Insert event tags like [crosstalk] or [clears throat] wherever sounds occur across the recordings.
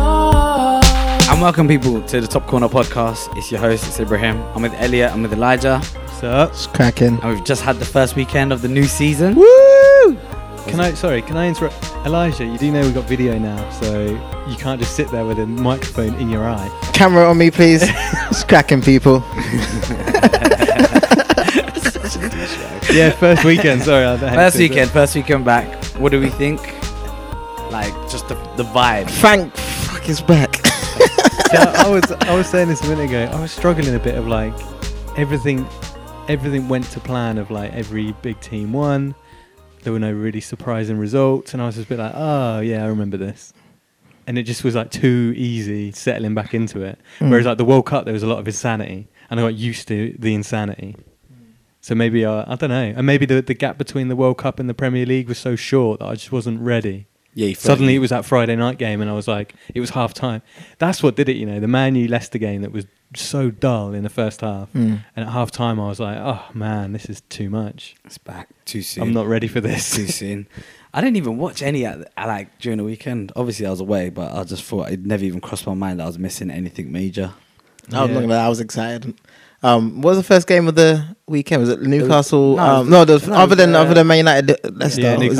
And welcome, people, to the Top Corner podcast. It's your host, it's Ibrahim. I'm with Elliot, I'm with Elijah, What's cracking? and we've just had the first weekend of the new season. Woo! Can I? Sorry, can I interrupt? Elijah, you do know we've got video now, so you can't just sit there with a microphone in your eye. Camera on me, [laughs] please. it's cracking, [laughs] people. Yeah, first weekend. Sorry, I had to First say that. weekend, first weekend back. What do we think? Like, just the, the vibe. Frank fuck is back. [laughs] Yeah, I was I was saying this a minute ago. I was struggling a bit of like everything everything went to plan of like every big team won. There were no really surprising results, and I was just a bit like, oh yeah, I remember this. And it just was like too easy settling back into it. Hmm. Whereas like the World Cup, there was a lot of insanity, and I got used to the insanity. So maybe uh, I don't know, and maybe the the gap between the World Cup and the Premier League was so short that I just wasn't ready. Yeah, you Suddenly it was that Friday night game, and I was like, it was half time. That's what did it, you know, the Man U Leicester game that was so dull in the first half. Hmm. And at half time, I was like, oh man, this is too much. It's back too soon. I'm not ready [laughs] for [laughs] too this. soon. I didn't even watch any at, at, like during the weekend. Obviously, I was away, but I just thought it never even crossed my mind that I was missing anything I major. was Yeah. Oh, not gonna lie, I was excited. Um, what was the first game of the weekend? Was it Newcastle? no, it um, was- no, the, no, it other was, than uh, other than Man United, Leicester. Yeah, it was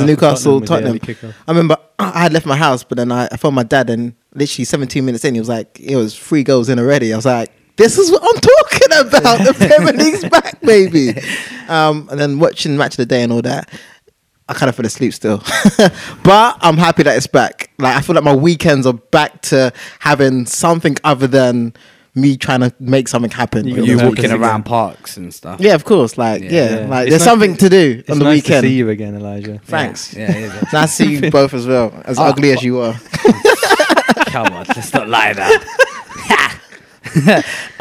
Newcastle, Newcastle, Tottenham Tottenham. was the early kickoff. I remember [clears throat] I had left my house, but then I, I phoned my dad, and literally 17 minutes in, he was like, "It was three goals in already." I was like, "This is what I'm talking about. The Premier League's back, baby." Um, and then watching match of the day and all that. I kind of fell asleep still, [laughs] but I'm happy that it's back. Like I feel like my weekends are back to having something other than me trying to make something happen. You on You Yeah, the walking weekends. around parks and stuff. Yeah, of course. Like Yeah. yeah, Yeah. like there's It's nice- something to do It's on the nice weekend. to see you again, Elijah. Thanks. Yeah, yeah, yeah. Nice to see [laughs] you both as well, as Ah. Oh, ugly as you are. Come on, let's not lie now.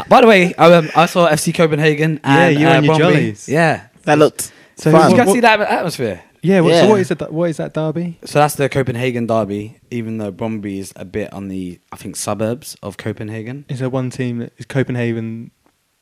[laughs] By the way, I, um, I saw FC Copenhagen and Yeah, you uh, and your Brøndby. jollies. Yeah, That looked So did you guys fun. what- see that atmosphere? Yeah, what, so Yeah. what is, that, what is that derby? So that's the Copenhagen derby. Even though Bromby is a bit on the, I think, suburbs of Copenhagen. Is there one team that is Copenhagen?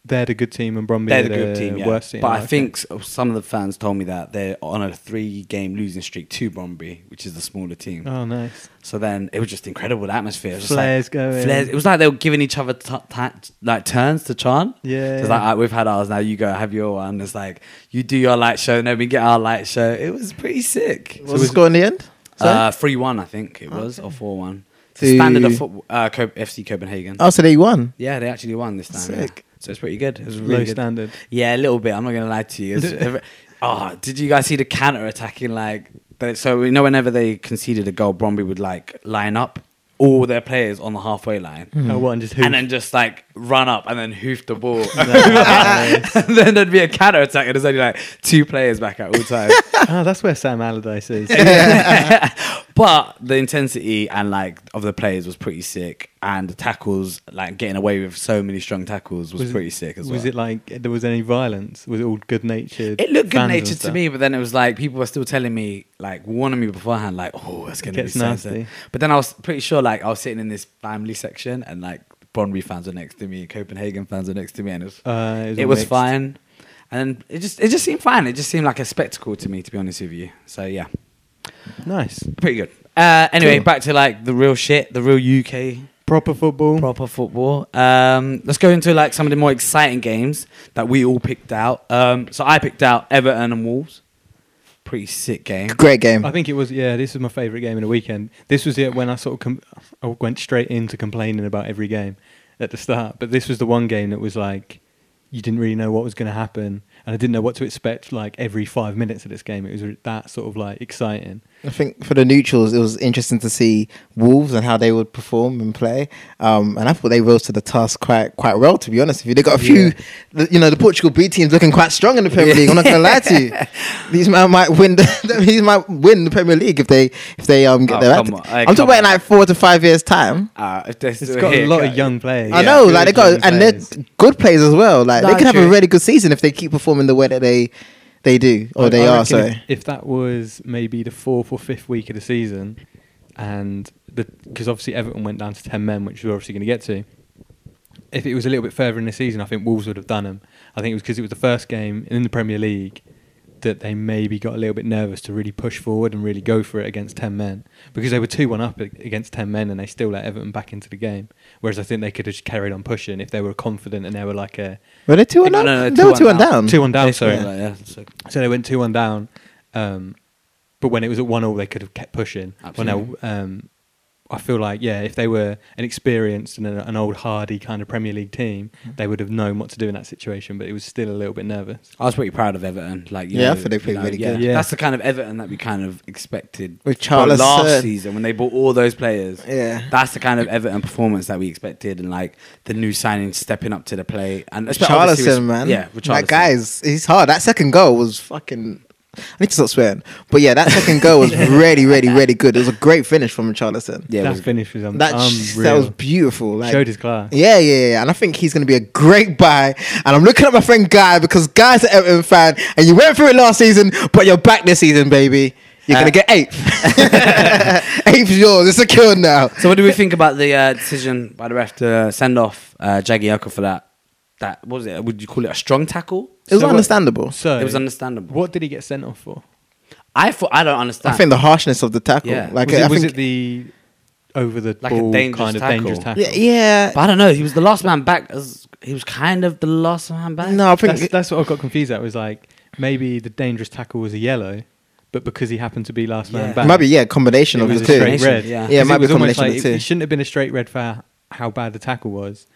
They're the good team, and Bromby They're are the good team, yeah. worst team. but I Okay. think s- some of the fans told me that they're on a three-game losing streak to Bromby, which is the smaller team. Oh, [laughs] nice. So then it was just incredible the atmosphere. It was just Flares like, going. Flares. It was like they were giving each other t- t- like turns to chant. Yeah, So it's yeah. like "Alright, we've had ours now. You go have your one. It's like you do your light show and then we get our light show. It was pretty sick. What was the score in the end? Sorry? Uh, three one I think it was or four one. To- Standard of foot, uh, Co- FC Copenhagen. oh, so they won. Yeah, they actually won this time. yeah. Sick. So it's pretty good. It was Low really good. standard. Yeah, a little bit. I'm not gonna lie to you. [laughs] It's- oh, did you guys see the counter attacking? Like, they- so we know whenever they conceded a goal, Bromby would like line up all their players on the halfway line, Oh, what, and just hoof? and then just like run up and then hoof the ball. [laughs] and then there'd be a counter attack, and there's only like two players back at all times. Ah, that's where Sam Allardyce is. [laughs] but the intensity and like of the players was pretty sick, and the tackles, like getting away with so many strong tackles, was, it- pretty sick as well. Was it like there was any violence? Was it all good natured? It looked good natured to me, but then it was like people were still telling me, like warning me beforehand, like, oh, it's gonna Gets be so- nasty. But then I was pretty sure, like, I was sitting in this family section, and like Bromby fans were next to me, Copenhagen fans were next to me, and it was, Uh, it was it was mixed. fine. And it just it just seemed fine. It just seemed like a spectacle to me, to be honest with you. So yeah, Nice. pretty good. Uh, anyway, Cool. back to like the real shit, the real UK Proper football. proper football. Um, let's go into like some of the more exciting games that we all picked out. Um, so I picked out Everton and Wolves. Pretty sick game. Great game. I think it was, yeah, this was my favourite game in the weekend. This was it when I sort of com- I went straight into complaining about every game at the start. But this was the one game that was like, you didn't really know what was going to happen. And I didn't know what to expect like every five minutes of this game. It was that sort of like exciting. I think for the neutrals, it was interesting to see Wolves and how they would perform and play. Um, and I thought they rose to the task quite quite well, to be honest with you. They got a few, the- you know, the Portugal B team's looking quite strong in the Premier League. I'm not going to lie [laughs] to you. These man might win. The, [laughs] these might win the Premier League if they if they um get Oh, their. come act- on. Hey, I'm talking come about in on. like four to five years time. Uh, if there's- It's got a here, lot go. of young players. I know, Good like they got young and they're players. good players as well. Like Nah, they can have true. a really good season if they keep performing the way that they they do or I- Oh, they I are. reckon So if, if that was maybe the fourth or fifth week of the season, and the because obviously Everton went down to ten men, which we're obviously going to get to. If it was a little bit further in the season, I think Wolves would have done them. I think it was because it was the first game in the Premier League that they maybe got a little bit nervous to really push forward and really go for it against 10 men because they were 2 1 up ag- against 10 men and they still let Everton back into the game. Whereas I think they could have just carried on pushing if they were confident and they were like a Were they two and No, up? no, no, they were two and down. 2 1 down, sorry. Yeah, yeah. So, So they went 2 1 down. Um, but when it was at 1 all, they could have kept pushing. When they- Absolutely. um, I feel like, yeah, if they were an experienced and an, an old, hardy kind of Premier League team, Mm-hmm. they would have known what to do in that situation, but it was still a little bit nervous. I was pretty proud of Everton. Like, you Yeah, I know, thought they played you know, really yeah. good. Yeah. That's the kind of Everton that we kind of expected With from Charles last Sir. season when they bought all those players. Yeah. That's the kind of Everton performance that we expected, and like the new signing stepping up to the plate and especially- obviously Charleston, with- man. Yeah, with Charleston. That guy's he's hard. That second goal was fucking. I need to stop swearing, but yeah, that second goal was really, really, really good. It was a great finish from Charleston. Yeah, it that was- finish was um, that sh- unreal. that was beautiful. Like, Showed his class. Yeah, yeah, yeah. And I think he's going to be a great buy. And I'm looking at my friend Guy because Guy's an Everton fan, and you went through it last season, but you're back this season, baby. You're Uh, going to get [laughs] eighth. [laughs] Eighth's yours. It's secured now. So, what do we think about the uh, decision by the ref to send off uh, Jagielka for that? That what was it? Would you call it a strong tackle? It was So what- understandable. So It was understandable. What did he get sent off for? I thought I don't understand. I think the harshness of the tackle. Yeah. Like, was I it, was think, it the over the Like a ball dangerous kind of tackle. dangerous tackle? yeah, yeah. but I don't know. He was the last man back. As he was kind of the last man back. No, I think That's, that's what I got confused at. Was like maybe the dangerous tackle was a yellow, but because he happened to be last Yeah. man back, Maybe yeah, combination it of was the a two. straight red. Yeah. Yeah, it might be a Because was almost combination of like the it- two. It shouldn't have been a straight red for how bad the tackle was,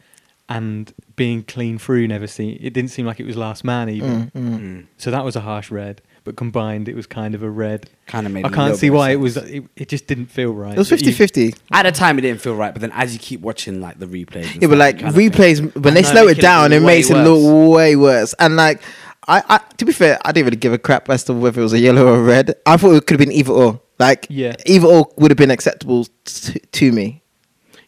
and being clean through never seen. It didn't seem like it was last man even. Mm, Mm. So that was a harsh red, but combined it was kind of a red. Kind of made. I a little can't see bit of why it sense. was. It, it just didn't feel right. It was But you- 50-50. At the time, it didn't feel right, but then as you keep watching like the replays, and Yeah, but stuff, like you kind of think- replays when they know, slow they it could down, do it way makes it worse. look way worse. And like, I, I to be fair, I didn't really give a crap as to whether it was a yellow or a red. I thought it could have been either or. Like, Yeah. either or would have been acceptable to, to me.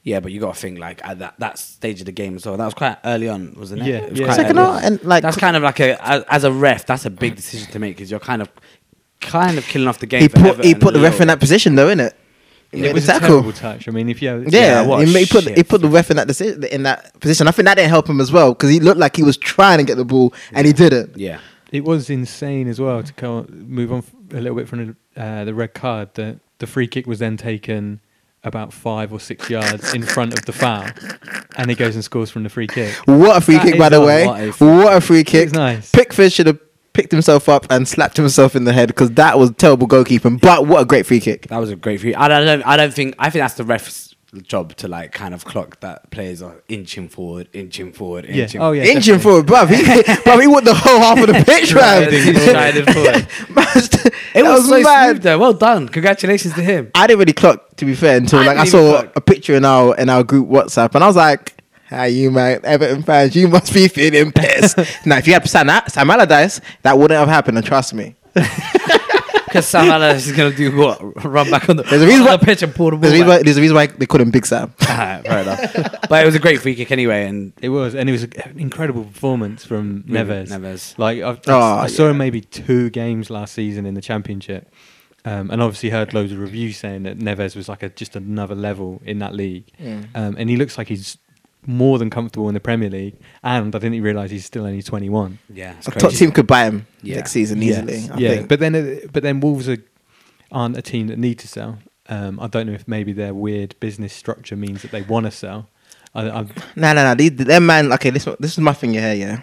yeah, but you got to think like at that, that stage of the game as well. That was quite early on, wasn't it? Yeah, It was yeah. quite Second early half, on. and, like- that's kind of like a as, as a ref, that's a big decision to make because you're kind of kind of killing off the game. He for put Everton he and put the a ref in little that position though, innit? He made It the was a terrible touch. I mean, if you Yeah, Yeah, what he, ma- he put shit. he put the ref in that decision, in that position. I think that didn't help him as well because he looked like he was trying to get the ball and he didn't. bit. Yeah, It was insane as well to go move on f- a little bit from the, uh, the red card. The the free kick was then taken about five or six yards in front of the foul, and he goes and scores from the free kick. What a free That kick, is by the a- way! what a free What a free kick! It's nice. Pickford should have picked himself up and slapped himself in the head because that was terrible goalkeeping. But what a great free kick! that was a great view. I don't, I don't, I don't think I think that's the ref's job to like kind of clock that players are inching forward, inching forward, Yeah. inching. Oh yeah. Engine forward, definitely. bruv. [laughs] He, bruv, he won the whole half of the pitch, bruv. [laughs] Sliding forward. Sliding forward. Master- It that was, so mad. smooth though. Well done. Congratulations to him. I didn't really clock, to be fair, until I like I didn't even saw clock. a picture in our in our group WhatsApp, and I was like, "How you, man, Everton fans? You must be feeling [laughs] pissed." now, if you had Sam, Sam Allardyce, that wouldn't have happened. And trust me, Because Sam Allardyce is going to do what? Run back on the, There's a reason on why- the pitch and pull the ball there's a reason back. why, there's a reason why they call him Big Sam. Alright, fair enough. But it was a great free kick anyway. And It was, and it was an incredible performance from Neves. Neves. Like I've, Oh, I saw yeah. him maybe two games last season in the Championship, um, and obviously heard loads of reviews saying that Neves was like a, just another level in that league, um, and he looks like he's more than comfortable in the Premier League. And I didn't realise he's still only twenty one. yeah, it's A top crazy. team could buy him Yeah. next season easily. I yeah. think. But then, uh, but then Wolves are, aren't a team that need to sell. Um, I don't know if maybe their weird business structure means that they want to sell. I, I, No, no, no. These, them man. Okay, this this is my thing. Yeah, yeah.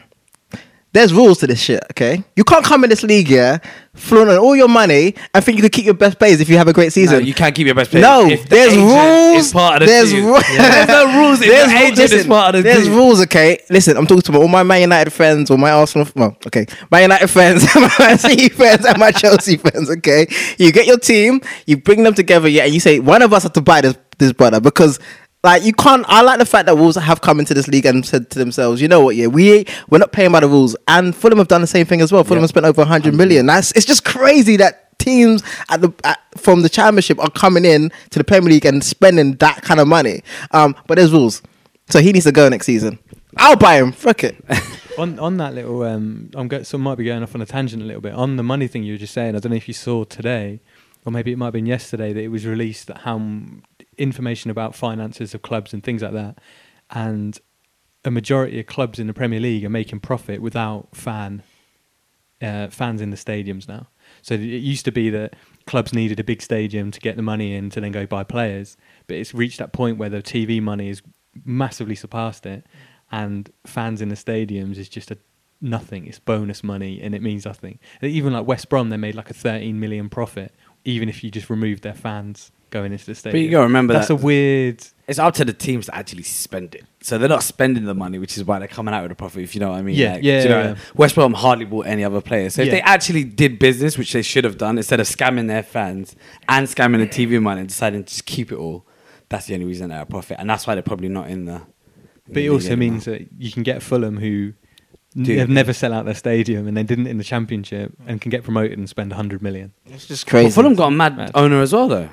There's rules to this shit. Okay, you can't come in this league, yeah, flaunting all your money and think you could keep your best players if you have a great No, season. you can't keep your best player. no, if the there's agent rules. is part of the [laughs] there's team. ru- Yeah, there's no rules. If There's the ru- agent is listen, part of the there's team. rules. Okay, listen. I'm talking to all my Man United friends, all my Arsenal. Well, okay, my United friends, [laughs] my Man City friends, and my Chelsea friends. Okay, you get your team, you bring them together, yeah, and you say one of us have to buy this this brother because. Like you can't. I like the fact that Wolves have come into this league and said to themselves, "You know what? Yeah, we we're not playing by the rules." And Fulham have done the same thing as well. Fulham have spent over 100 million. That's it's just crazy that teams at the at, from the Championship are coming in to the Premier League and spending that kind of money. Um, but there's rules, so he needs to go next season. I'll buy him. Fuck [laughs] it. on on that little um I'm go- so might be going off on a tangent a little bit on the money thing you were just saying I don't know if you saw today or maybe it might have been yesterday that it was released that how m- information about finances of clubs and things like that and a majority of clubs in the Premier League are making profit without fan uh, fans in the stadiums now. So it used to be that clubs needed a big stadium to get the money in to then go buy players, but it's reached that point where the TV money has massively surpassed it, and fans in the stadiums is just a nothing. It's bonus money, and it means nothing. And even like West Brom, they made like a 13 million profit, even if you just removed their fans going into the stadium. gotta remember that's that- a weird. It's up to the teams to actually spend it. So they're not spending the money, which is why they're coming out with a profit, if you know what I mean. Yeah, Like, yeah, do you know yeah, what I- West Brom hardly bought any other players. So if Yeah. they actually did business, which they should have done, instead of scamming their fans and scamming the TV money and deciding to just keep it all, that's the only reason they're at a profit. And that's why they're probably not in the. in the But it league also anymore. means that you can get Fulham who n- Dude. have never sell out their stadium and they didn't in the championship and can get promoted and spend [laughs] 100 million. It's just But crazy. Fulham got a mad, Mad. owner as well, though.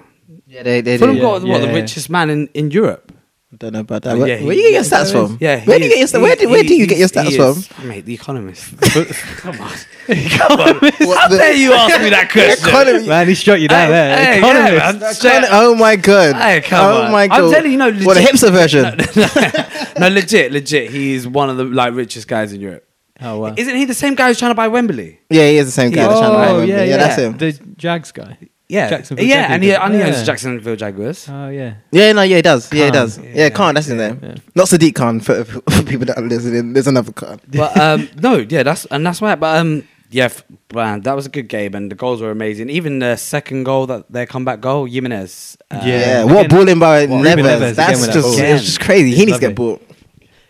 Yeah, they, they, Fulham they- got what, the Yeah. richest man in, in Europe. I don't know about that. Uh, Where, yeah, he- where do you get your yeah, stats from? Yeah, where do you he get your is- sta- where he- do, where he- do you get your he- he stats is- from? Mate, the [laughs] Economist. Come on. What How the- dare you ask me [laughs] that question? Economy. Man, he shot you down Hey, there. hey, Economist. yeah, man. Econo- oh my god! Hey, come oh on. my I'm god! telling you, no, What a legit- hipster [laughs] version. no, legit, legit. He is one of the like richest guys in Europe. Oh, wow. Isn't he the same guy who's trying to buy Wembley? Yeah, he is the same guy. Yeah. that's trying to oh, remember. yeah, yeah, that's him. The Jags guy. Yeah, Jacksonville yeah, and he, Jaguars. and he owns Yeah. the Jacksonville Jaguars. Oh, yeah. Yeah, no, yeah, he does. Yeah, he Khan. does. Yeah, Yeah, Khan, that's his yeah, name. yeah. Not Sadiq Khan for, [laughs] for people that are listening. There's another Khan. But [laughs] um, no, yeah, that's and that's why. But um, yeah, f- man, that was a good game, and the goals were amazing. Even the second goal, that their comeback goal, Jimenez. Uh, Yeah. Yeah, what Again, balling by Ruben Neves. Neves again That's with that just ball. it's just crazy. He It's needs to get lovely. bought.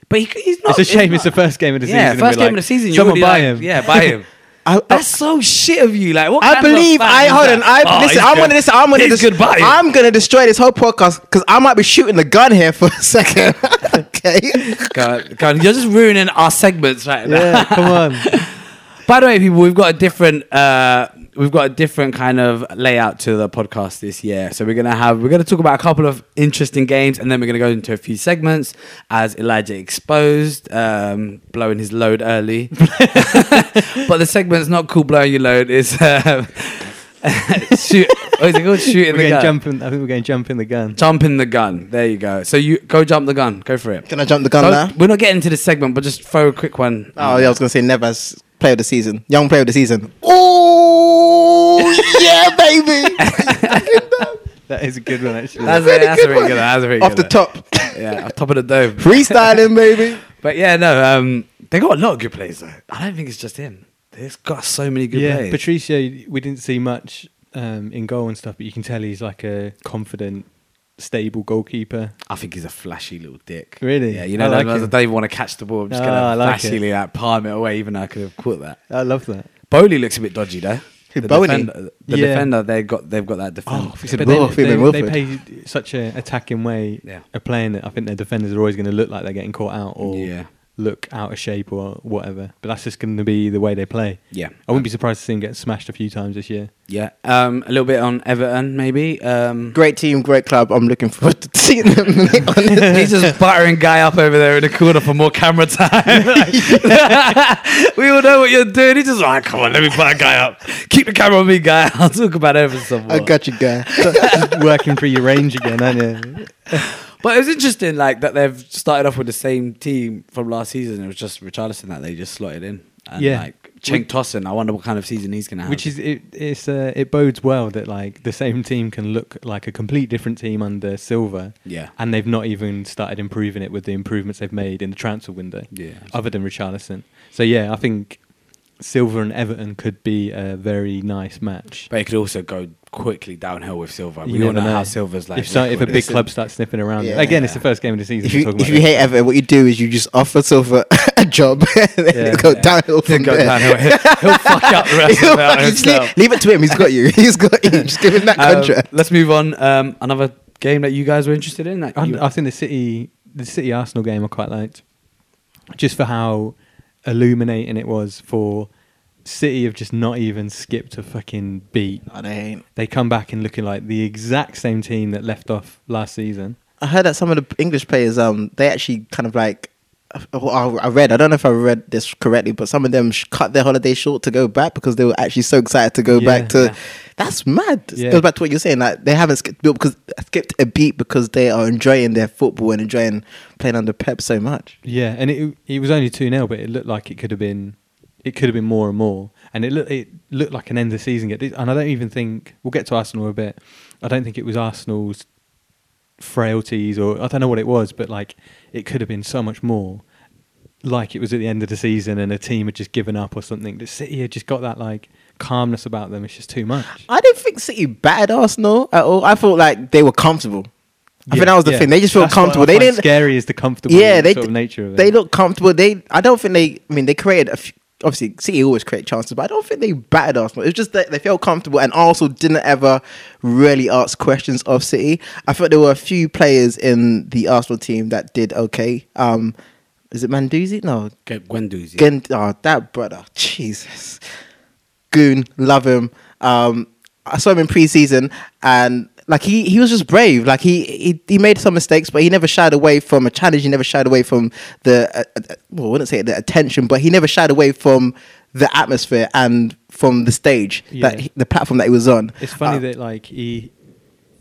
but he, he's not. It's a shame it's not- the first game of the season. yeah, and first we're game of the like, season. you're Someone already buy like, him. Yeah, buy [laughs] him. I, I, That's so shit of you. Like, what I kind of believe. fan I is hold that? on. I Oh, listen. he's I'm good. gonna listen. I'm gonna. He's Dis- good, buy him. I'm gonna destroy this whole podcast because I might be shooting the gun here for a second. [laughs] okay. God, God, you're just ruining our segments right now. [laughs] Yeah, come [laughs] on. By the way, people, we've got a different uh, we've got a different kind of layout to the podcast this year. So we're gonna have we're gonna talk about a couple of interesting games, and then we're gonna go into a few segments as Elijah exposed, um, blowing his load early. but the segment's not called blowing your load. It's um, [laughs] shoot. What is it called? Shooting We're the going gun. jumping. I think we're going jumping the gun. Jumping the gun. There you go. So you go jump the gun. Go for it. Can I jump the gun So now? we're not getting to the segment, but just throw a [laughs] quick one. Oh yeah, I was gonna say Neves player of the season, young player of the season. Oh yeah, [laughs] baby. That is a good one, actually. That's, Really a, that's a good really one. good. one. That's a really Off the good one. top, yeah, off top of the dome. freestyling, baby. But yeah, no, um, they got a lot of good players though. I don't think it's just him. They've got so many good yeah, players. Patricio, we didn't see much um, in goal and stuff, but you can tell he's like a confident, stable goalkeeper. I think he's a flashy little dick. Really? Yeah, you know, I those like ones him. that don't even want to catch the ball. I'm just No, I gonna like flashily like palm it away, even though I could have caught that. I love that. Bowley looks a bit dodgy though. Who, the Bowley? defender, the Yeah. defender, they got they've got that defender. Oh, we said but Wilf, they, even they, they Wilfred. play such an attacking way Yeah. of playing that I think their defenders are always going to look like they're getting caught out or Yeah. look out of shape or whatever. But that's just going to be the way they play. Yeah. I wouldn't be surprised to see him get smashed a few times this year. [laughs] yeah. Um, a little bit on Everton, maybe. Um, Great team, great club. I'm looking forward to seeing them. [laughs] [laughs] He's just buttering guy up over there in the corner for more camera time. [laughs] we all know what you're doing. He's just like, come on, let me butter guy up. Keep the camera on me, guy. [laughs] I'll talk about everything some more. I got you, [laughs] guy. Just working through your range again, aren't you? But it was interesting, like that they've started off with the same team from last season. It was just Richarlison that they just slotted in. And Yeah. like Cheng Tosin, I wonder what kind of season he's gonna have. Which is it, it's uh, it bodes well that like the same team can look like a complete different team under Silver, Yeah. and they've not even started improving it with the improvements they've made in the transfer window, Yeah. other than Richarlison. So yeah, I think Silver and Everton could be a very nice match. but it could also go quickly downhill with Silver. You We all never know, how know. Silver's like. if, so, if a record big is. [laughs] club starts sniffing around, Yeah. again, it's the first game of the season. If we're you, talking if about you it. hate Everton, what you do is you just offer Silver [laughs] a job and then Yeah. go downhill from Go there. downhill. He'll, he'll fuck up [laughs] the rest of that Just himself. leave, leave it to him. He's got you. [laughs] He's got you. Just give him that Um, contract. let's move on. Um, another game that you guys were interested in. That you- I, I think the city, the city Arsenal game, I quite liked, just for how illuminating it was for City have just not even skipped a fucking beat. No, they ain't. They come back and looking like the exact same team that left off last season. I heard that some of the English players, um, they actually kind of like, I, I read, I don't know if I read this correctly, but some of them sh- cut their holiday short to go back because they were actually so excited to go Yeah. back to. Yeah. That's mad. Yeah. It goes back to what you're saying. Like they haven't skipped because skipped a beat because they are enjoying their football and enjoying playing under Pep so much. Yeah, and it it was only two 0 but it looked like it could have been it could have been more and more. And it looked it looked like an end of season get. And I don't even think we'll get to Arsenal a bit. I don't think it was Arsenal's frailties or I don't know what it was, but like it could have been so much more. Like it was at the end of the season and a team had just given up or something. The City had just got that like calmness about them. It's just too much. I didn't think City battered Arsenal at all. I felt like they were comfortable. I Yeah, think that was the yeah. thing. They just felt That's what I comfortable. They find didn't. Scary is the comfortable. Yeah, they sort of nature of it. They look comfortable. They. I don't think they. I mean, they created a few. Obviously, City always create chances, but I don't think they battered Arsenal. It was just that they felt comfortable, and Arsenal didn't ever really ask questions of City. I felt there were a few players in the Arsenal team that did okay. Um, is it Manduzi? No, Get Guendouzi. Gen- oh, that brother, Jesus, goon, love him. Um, I saw him in preseason, and like he, he was just brave. Like he, he he made some mistakes, but he never shied away from a challenge. He never shied away from the uh, uh, well, I wouldn't say the attention, but he never shied away from the atmosphere and from the stage that Yeah. he, the platform that he was on. It's funny Uh, that like he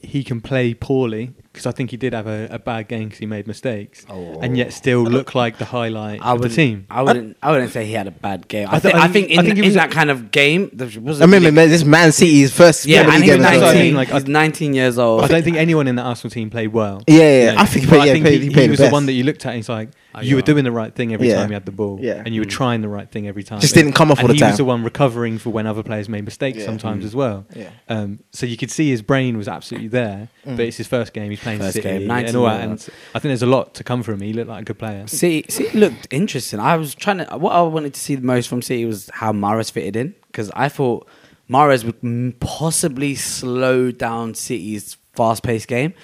he can play poorly because I think he did have a, a bad game because he made mistakes, Oh. and yet still look like the highlight I of the would, team. I wouldn't. I wouldn't say he had a bad game. I, I th- think. I I think- think. In, I think he in was- that kind of game, there wasn't I remember really- man, this Man City's first Yeah, Premier and League he was game as well. I 19. mean, like, he's 19 years old. I don't think anyone in the Arsenal team played well. Yeah, yeah, yeah. I think he but played- yeah, played- he, he played he was the the one best. that you looked at and it's like Oh, you yeah. were doing the right thing every Yeah. time you had the ball, Yeah. Mm. and you were trying the right thing every time. Just didn't come off and all the he time. was the one recovering for when other players made mistakes Yeah. Mm. sometimes as well. Yeah. Mm. Um, so you could see his brain was absolutely there, but it's his first game. He's playing First City game, and all that. 19. And I think there's a lot to come from him. He looked like a good player. City, City looked interesting. I was trying to. What I wanted to see the most from City was how Mares fitted in because I thought Mares would m- possibly slow down City's fast-paced game,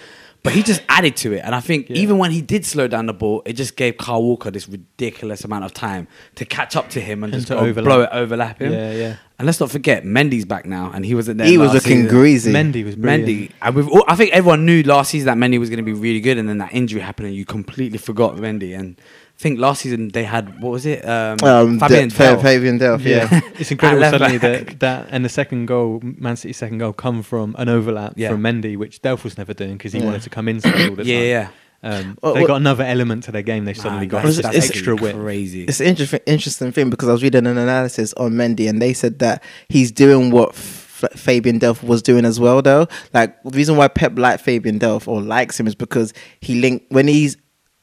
but he just added to it. And I think Yeah. even when he did slow down the ball, it just gave Carl Walker this ridiculous amount of time to catch up to him and, And just to go overlap. blow it, overlap him. Yeah, yeah. And let's not forget, Mendy's back now, and he wasn't there. He was last looking season. greasy. Mendy was brilliant. Mendy, and we've all, I think everyone knew last season that Mendy was going to be really good, and then that injury happened, and you completely forgot Mendy. And I think last season they had what was it? Um, Um, Fabian De- Delph. Fabian Delph, yeah. [laughs] it's incredible At left suddenly back. that, that and the second goal, Man City's second goal, come from an overlap Yeah. from Mendy, which Delph was never doing because he Yeah. wanted to come inside all the Yeah, time. yeah. Um, Well, they well- got another element to their game. They suddenly Man, got that's- just that's extra actually wit. Crazy. It's an interesting, interesting thing because I was reading an analysis on Mendy and they said that he's doing what F- Fabian Delph was doing as well, though. Like the reason why Pep liked Fabian Delph or likes him is because he link when he's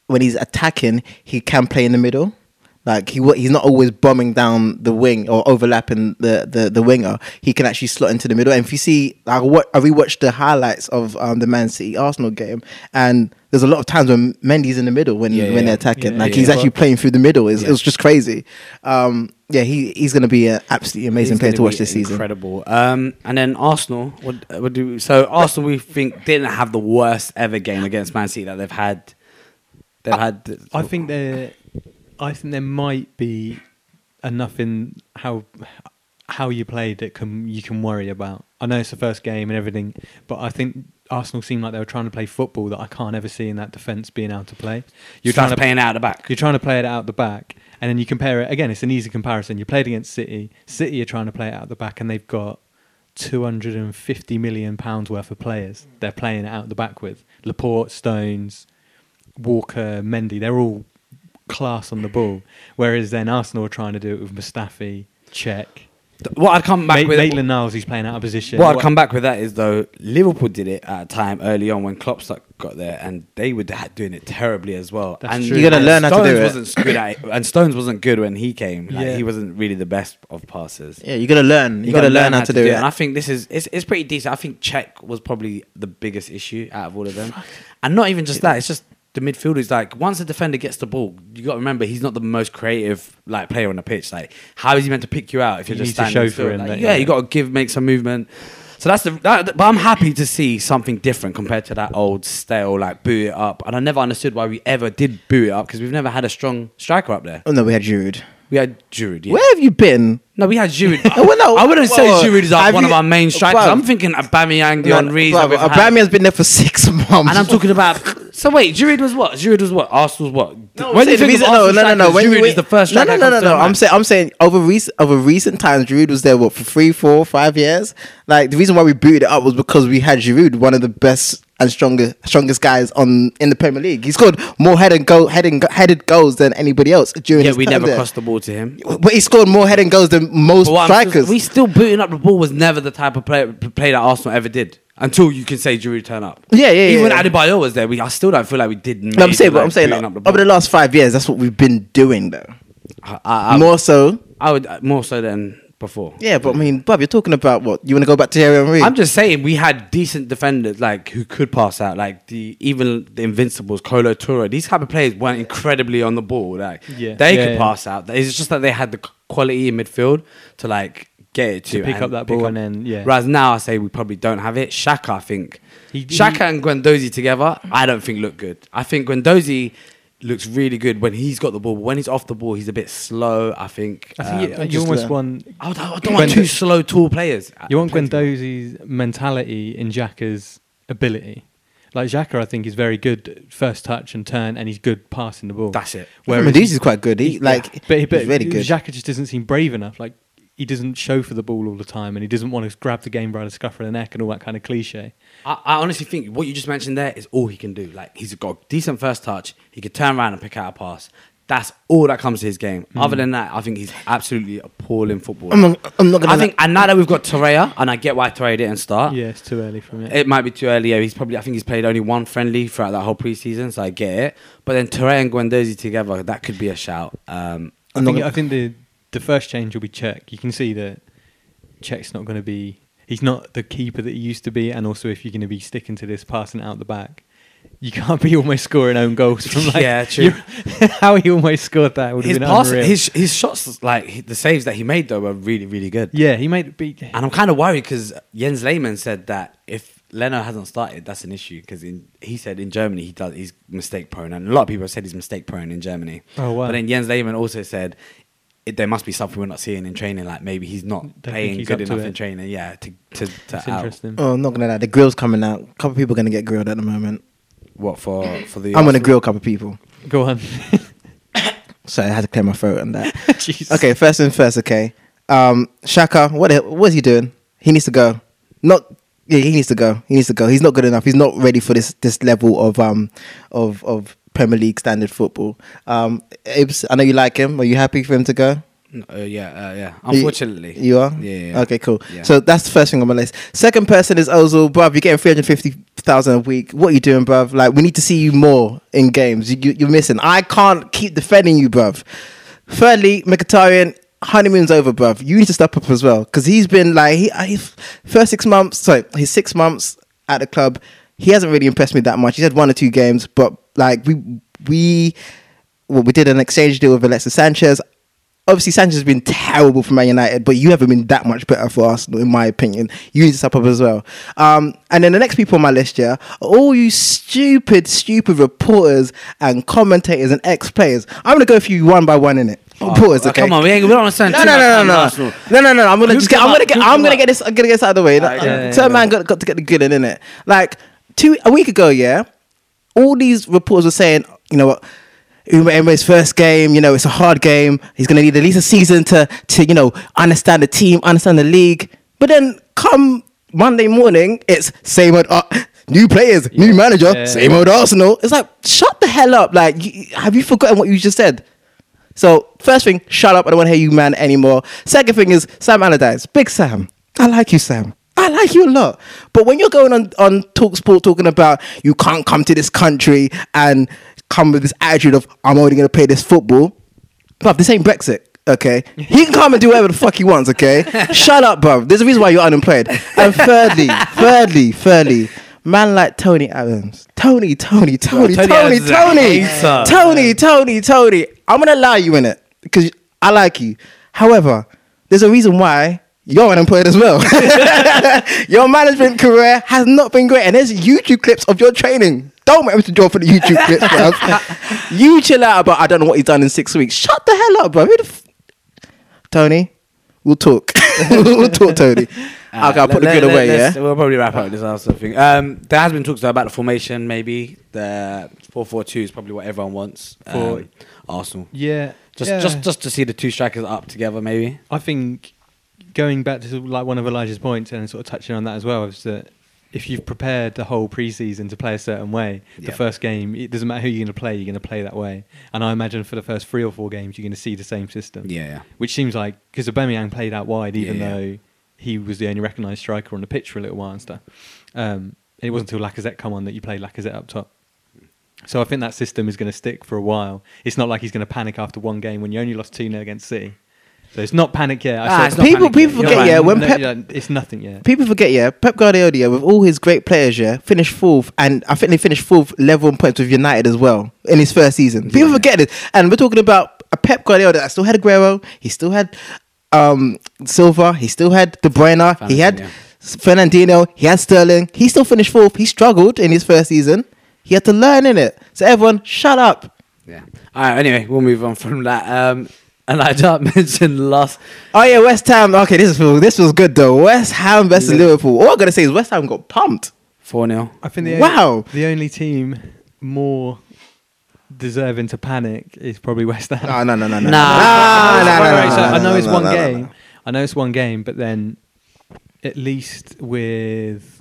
when he's attacking, he can play in the middle. Like he wa- he's not always bombing down the wing or overlapping the, the, the winger. He can actually slot into the middle. And if you see, I wa- I rewatched the highlights of um, the Man City Arsenal game, and there's a lot of times when Mendy's in the middle when Yeah, when yeah. they're attacking. Yeah, like yeah, he's yeah. actually playing through the middle. It's, It was just crazy. Um, yeah, he, he's going to be an absolutely amazing He's player gonna to watch be this season. Incredible. Um, and then Arsenal. What, what do we- so Arsenal? We think didn't have the worst ever game against Man City that they've had. They've had. I think there, I think there might be enough in how how you play that can you can worry about. I know it's the first game and everything, but I think Arsenal seemed like they were trying to play football that I can't ever see in that defence being able to play. you're trying to playing out the back. You're trying to play it out the back, and then you compare it again. It's an easy comparison. You played against City. City are trying to play it out the back, and they've got 250 million pounds worth of players. Mm. They're playing it out the back with Laporte, Stones, Walker, Mendy. They're all class on the ball. Whereas then Arsenal are trying to do it with Mustafi, Czech, What I'd come back with Maitland Niles, who's playing out of position. What I'd come back with that is though Liverpool did it at a time early on when Klopp stuck- got there, and they were da- doing it terribly as well. That's and true. You gotta learn how to do Stones it. Wasn't good at it, and Stones wasn't good when he came. Like, Yeah. He wasn't really the best of passers. Yeah, you got to learn. You, You got to learn, how, to do, it. And I think this is it's, it's pretty decent. I think Czech was probably the biggest issue out of all of them, and not even just that. It's just the midfield is like once a defender gets the ball, you got to remember he's not the most creative like player on the pitch. Like how is he meant to pick you out if you're You just need to standing show still? for him Like, that- yeah, you got to give make some movement. So that's the. That, but I'm happy to see something different compared to that old stale like boot it up. And I never understood why we ever did boot it up because we've never had a strong striker up there. Oh no, we had Jude. We had Giroud. Yeah. Where have you been? No, we had Giroud. [laughs] Well, no, I wouldn't well, say Giroud is like have one you- of our main strikers. well, I'm thinking Aubameyang, No, Leon Rees. well, that we've had. Aubameyang's been there for six [laughs] months. And I'm talking about. So wait, Giroud was what? Giroud was what? Arsenal's what? No, I'm saying the reason- no, no, no, no. When Giroud we- is the first no, striker. no, that no, no, comes to no. mind. I'm saying, I'm saying over recent, over recent times, Giroud was there what for three, four, five years. Like the reason why we booted it up was because we had Giroud, one of the best and stronger strongest guys on in the Premier League. He scored more head and go head and headed goals than anybody else during. Yeah, his we time never there. crossed the ball to him. But he scored more head and goals than most But what I'm strikers. we still booting up the ball was never the type of play, play that Arsenal ever did. Until you can say Giroud turn up. Yeah, yeah, Even yeah, when yeah. Adebayo was there, we I still don't feel like we did. No, I'm major, saying, but like, I'm saying, booting like, up the over the ball. last five years, that's what we've been doing, though. I, I, I, More so, I would uh, more so than before. yeah. But I mean, Bob, you're talking about what you want to go back to Thierry Henry. I'm just saying we had decent defenders like who could pass out, like the even the Invincibles, Colo Touré. These type of players weren't incredibly on the ball. Like Yeah. they Yeah, could yeah. pass out. It's just that they had the q- quality in midfield to like get it to, pick and up that ball and then, yeah. Whereas now I say we probably don't have it. Shaka, I think He- Shaka and Guendouzi together, I don't think look good. I think Guendouzi looks really good when he's got the ball. When he's off the ball, he's a bit slow. I think. I think uh, you, you just, almost uh, want I don't, I don't want Guendo- two slow, tall players. you want Guendouzi's mentality in Xhaka's ability. Like Xhaka, I think is very good at first touch and turn, and he's good passing the ball. That's it. I mean, Mm. these is quite good. He, like, [laughs] but, he- but he's really good. Xhaka just doesn't seem brave enough. Like he doesn't show for the ball all the time, and he doesn't want to grab the game by the scruff of the neck and all that kind of cliche. I, I honestly think what you just mentioned there is all he can do. Like he's got a decent first touch. He could turn around and pick out a pass. That's all that comes to his game. Hmm. Other than that, I think he's absolutely appalling footballer. I'm not- I'm not gonna I think, and now that we've got Torreira, and I get why Torreira didn't start. Yeah, it's too early from it. It might be too early. Yeah, he's probably. I think he's played only one friendly throughout that whole preseason, so I get it. But then Torreira and Guendouzi together, that could be a shout. Um, I I'm not think, gonna- I think the the first change will be Czech. You can see that Czech's not going to be. He's not the keeper that he used to be, and also if you're going to be sticking to this passing out the back, you can't be [laughs] almost scoring own goals from like. Yeah, true. your- [laughs] how he almost scored that would have his been pass, unreal. his his shots, like he- the saves that he made though, were really really good. yeah, he made beat. And I'm kind of worried because Jens Lehmann said that if Leno hasn't started, that's an issue because he said in Germany he does he's mistake prone, and a lot of people have said he's mistake prone in Germany. Oh, wow. But then Jens Lehmann also said it, there must be something we're not seeing in training, like maybe he's not think playing he's good up to enough it. in training. Yeah, to to, to out It's interesting. Oh, I'm not gonna lie. The grill's coming out. A couple people are gonna get grilled at the moment. what for for the I'm gonna grill a couple people. [laughs] Go on. So I had to clear my throat on that. [laughs] Jesus. Okay, first and first. Okay, um, Shaka, what the- what is he doing? He needs to go. Not yeah, he needs to go. He needs to go. He's not good enough. He's not ready for this this level of um of of Premier League standard football. Um, Ibs, I know you like him. Are you happy for him to go? Uh, yeah uh, yeah You- unfortunately you, are. yeah, yeah, yeah. Okay, cool. Yeah. So that's the first thing on my list. Second person is Ozil, bruv. You're getting three hundred fifty thousand a week. What you doing, bruv? Like we need to see you more in games. You, you, you're missing. I can't keep defending you, bruv. Thirdly, Mkhitaryan. Honeymoon's over, bruv. You need to step up as well because he's been like he, I- his first six months. Sorry, his six months at the club. He hasn't really impressed me that much. He's had one or two games, but like we we well, we did an exchange deal with Alexis Sanchez. Obviously, Sanchez has been terrible for Man United, but you haven't been that much better for Arsenal, in my opinion. You need to step up as well. Um, and then the next people on my list, yeah, are all you stupid, stupid reporters and commentators and ex players. I'm going to go through you one by one in it. Reporters, Oh, okay? come on we ain't we don't understand No, too no, much no, no, on no, Arsenal. no, no, no. I'm gonna Who just get. come I'm gonna up? get. Who I'm come gonna up? get this. I'm gonna get this out of the way. Like, yeah, so yeah. man got, got to get the good in it. Like two a week ago, yeah. All these reporters were saying, you know what. Uma Emery's first game, you know, it's a hard game. He's going to need at least a season to, to, you know, understand the team, understand the league. But then come Monday morning, it's same old, uh, new players, new manager, Yeah. same old Arsenal. It's like, shut the hell up. Like, you, have you forgotten what you just said? So first thing, shut up. I don't want to hear you, man, anymore. Second thing is Sam Allardyce, Big Sam. I like you, Sam. I like you a lot. But when you're going on on Talk Sport talking about you can't come to this country and come with this attitude of I'm only going to play this football, bruv, this ain't Brexit. Okay, he can come and do whatever the fuck he wants. [laughs] Okay, shut up, bruv. There's a reason why you're unemployed. And thirdly, thirdly, thirdly, man like Tony Adams, Tony, Tony, Tony, Tony Tony, Adams is a Tony, hater. Tony, Tony, Tony. I'm gonna allow you in it because I like you. However, there's a reason why you're unemployed as well. [laughs] your management career has not been great, and there's YouTube clips of your training. Don't make me to draw for the YouTube [laughs] clips, bruv. you chill out about I don't know what he's done in six weeks. Shut the hell up, bro. Who the f- Tony, we'll talk. [laughs] we'll talk, Tony. okay, I'll Let- put the let- good let- away, let's- yeah? We'll probably wrap up this Arsenal thing. Um, there has been talks though about the formation, maybe. The 4 4 2 is probably what everyone wants. Four- Um, Arsenal. Yeah. Just, yeah. just, just to see the two strikers up together, maybe. I think going back to sort of like one of Elijah's points and sort of touching on that as well is that if you've prepared the whole preseason to play a certain way, the Yep. first game it doesn't matter who you're going to play, you're going to play that way. And I imagine for the first three or four games, you're going to see the same system. Yeah, yeah. which seems like because Aubameyang played out wide, even Yeah, yeah. though he was the only recognised striker on the pitch for a little while and stuff. Um, it wasn't until Lacazette come on that you played Lacazette up top. So I think that system is going to stick for a while. It's not like he's going to panic after one game when you only lost 2 0 against City. So it's not panic yet. I Ah, said- it's not People- panic people yet. You're forget, right. yeah, when no, Pep- yeah, it's nothing yet. People forget, yeah, Pep Guardiola, yeah, with all his great players, yeah, finished fourth, and I think they finished fourth level in points with United as well in his first season. People Yeah. forget this, and we're talking about a Pep Guardiola that still had Aguero, he still had um, Silva, he still had De Bruyne, he had Fernandinho. S- Fernandinho, he had Sterling. He still finished fourth. He struggled in his first season. He had to learn in it. So everyone, shut up. Yeah. All right. Anyway, we'll move on from that. Um, [laughs] and I just mentioned last. Oh yeah, West Ham. Okay, this is this was good though. West Ham versus Yeah. Liverpool. All I gotta say is West Ham got pumped. Four 0 I think the Wow. Only, the only team more deserving to panic is probably West Ham. No, no, no, no, no, no, Nah. no, no, Right, no, right, no, so no, I no, know no, it's no, one no, no, game. no. I know it's one game, but then at least with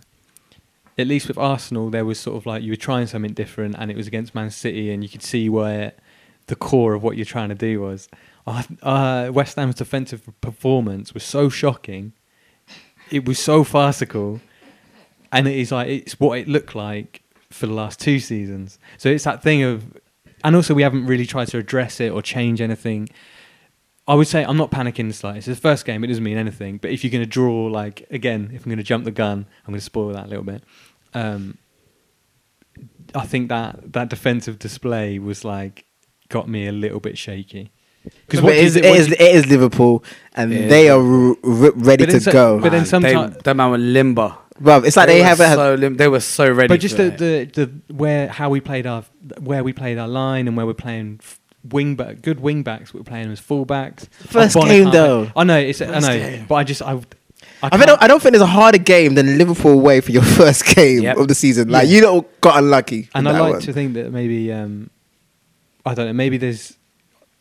at least with Arsenal, there was sort of like you were trying something different, and it was against Man City, and you could see where the core of what you're trying to do was. Uh, uh, West Ham's defensive performance was so shocking. It was so farcical, and it is like it's what it looked like for the last two seasons. So it's that thing of, and also we haven't really tried to address it or change anything. I would say I'm not panicking in the slightest. It's the first game, it doesn't mean anything. But if you're going to draw, like, again, if I'm going to jump the gun, I'm going to spoil that a little bit. Um, I think that, that defensive display was like, got me a little bit shaky. Because what it did is, it- it what is, did- it is Liverpool, and Yeah. they are r- r- ready But to it's a- go. But then sometime- that man were limber. Bruv, it's like they, were haven't. had- so lim- they were so ready. but just for the, it. the the where how we played our where we played our line and where we're playing f- wing back good wing backs we were playing as full backs First Bonnet game, can't- though. I know it's I know game. but I just I I, I, can't- don't, I don't think there's a harder game than Liverpool away for your [laughs] first game Yep. of the season. Like Yeah. you don't got unlucky. and with I that like one. to think that maybe um, I don't know. Maybe there's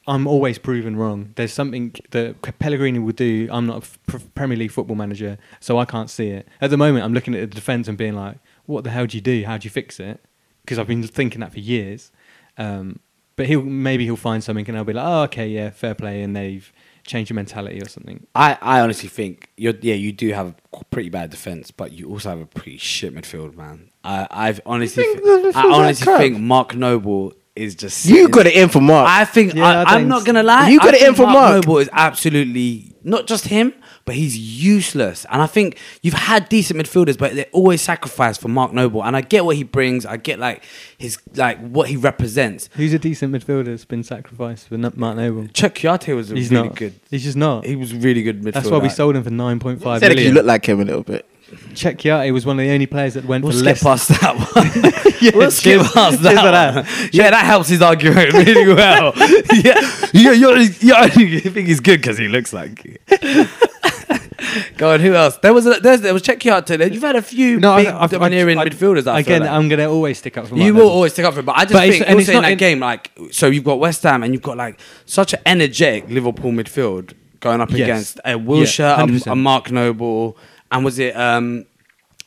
I'm always proven wrong. There's something that C- Pellegrini will do. I'm not a f- pr- Premier League football manager, so I can't see it. At the moment, I'm looking at the defence and being like, "What the hell do you do? How do you fix it?" Because I've been thinking that for years. Um, but he'll maybe he'll find something and I'll be like, "Oh, okay, yeah, fair play," and they've changed your mentality or something. I, I honestly think you're yeah you do have a pretty bad defense, but you also have a pretty shit midfield, man. I I've honestly think thi- the midfield's I like honestly crap? think Mark Noble is just you sitting- got it in for Mark. I think Yeah, I I, I'm think- not gonna lie. You I got it think in for Mark. Noble is absolutely not just him, but he's useless. And I think you've had decent midfielders, but they're always sacrificed for Mark Noble. And I get what he brings. I get like his like what he represents. Who's a decent midfielder that's been sacrificed for N- Mark Noble? Chuck Yate was a He's really not good. He's just not. He was really good midfielder. That's why we sold him for nine point five Said it 'cause you million. look like him a little bit. Chekyate was one of the only players that went We'll for skip less. past that one. Yeah, we'll skip cheers- past cheers for that. that. One. Yeah, that helps his argument [laughs] really well. yeah, you, you, only- you only think he's good because he looks like. it. [laughs] Go on, who else? There was a, there's, there was check you out today. You've had a few No, big I, I've, domineering I, midfielders. I feel again, like. I'm going to always stick up for. You Mark will Noble. always stick up for it, but I just But it's- think and also it's in not that in- game, like, so you've got West Ham and you've got like such an energetic Liverpool midfield going up Yes. against a Yeah, Wilshire, a, 100%. a Mark Noble, and was it um